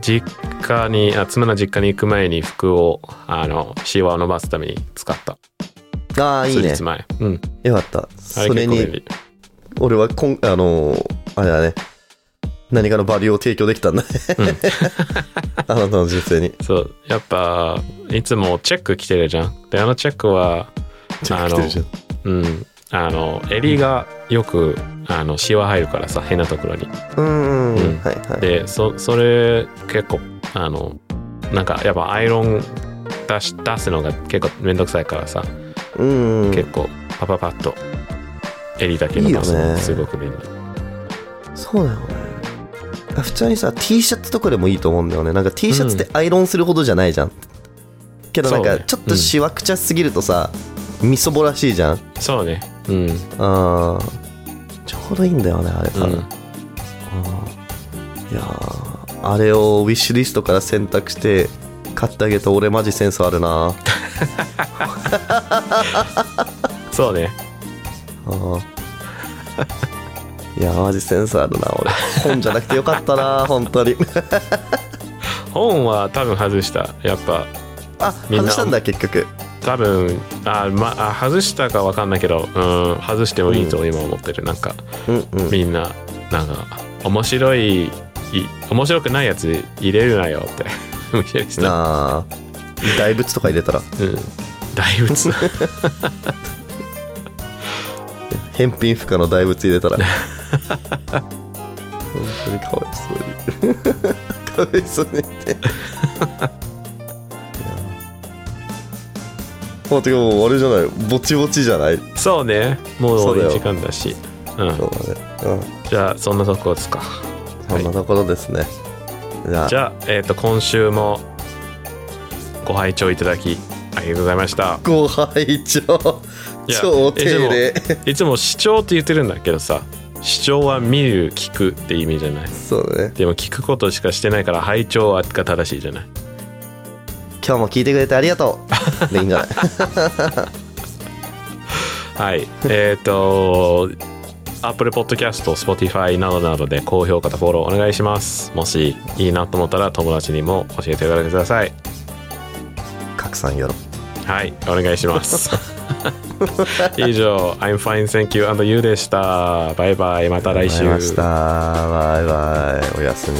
実家にあ妻の実家に行く前に服をあのシワを伸ばすために使ったああ、いいね数日。前うんよかった。あれそ結れ構便に、利俺はこん、あのーあれだね。何かのバリューを提供できたんだね。 あなたの人生に。そうやっぱいつもチェック着てるじゃんであのチェックはチェック来てるじゃん。うんあの襟がよくあのシワ入るからさ変なところにうん、うんううんん。はいはい。でそそれ結構あのなんかやっぱアイロン出し出すのが結構めんどくさいからさ、うんうん。結構パパパッと襟だけ伸ばすいいよのねすごく便利そうだよね。あ普通にさ、T シャツとかでもいいと思うんだよね。なんか T シャツってアイロンするほどじゃないじゃん。けどなんそうかねちょっとしわくちゃすぎるとさ、みそぼらしいじゃん。そうねうん、うん、あーちょうどいいんだよね、あれ多分。いやーあれをウィッシュリストから選択して買ってあげた俺マジセンスあるなそうねあー いやーマジセンスあるな俺本じゃなくてよかったな本当に本は多分外したやっぱあみん外なしたんだ結局多分あ、ま、あ外したか分かんないけど、うん、外してもいいと今思ってる、なんかうんうんみんななんか面白いい面白くないやつ入れるなよって無理やりした、なあ大仏とか入れたらうん、大仏返品不可の大仏入れたら 本当にかわいそうに かわいそうにっていやもうてかもうあれじゃないぼちぼちじゃないそうねもそううだよ時間だしうんそうだねうじゃあそんなとこですかんそんなところですね、じゃあじゃあ、えー、と今週もご拝聴いただきありがとうござい ましたご拝聴いや超丁寧えいつも視聴って言ってるんだけどさ視聴は見る聞くって意味じゃない そうだねでも聞くことしかしてないから拝聴はが正しいじゃない今日も聞いてくれてありがと うでいいんじゃない はい。えっ、と、Apple Podcast、Spotify などなどで高評価とフォローお願いします。もしいいなと思ったら友達にも教えてください。拡散よろはい。お願い します。以上、I'm fine, thank you and you でした。バイバイ。また来週。わかりましたバイバイおやすみ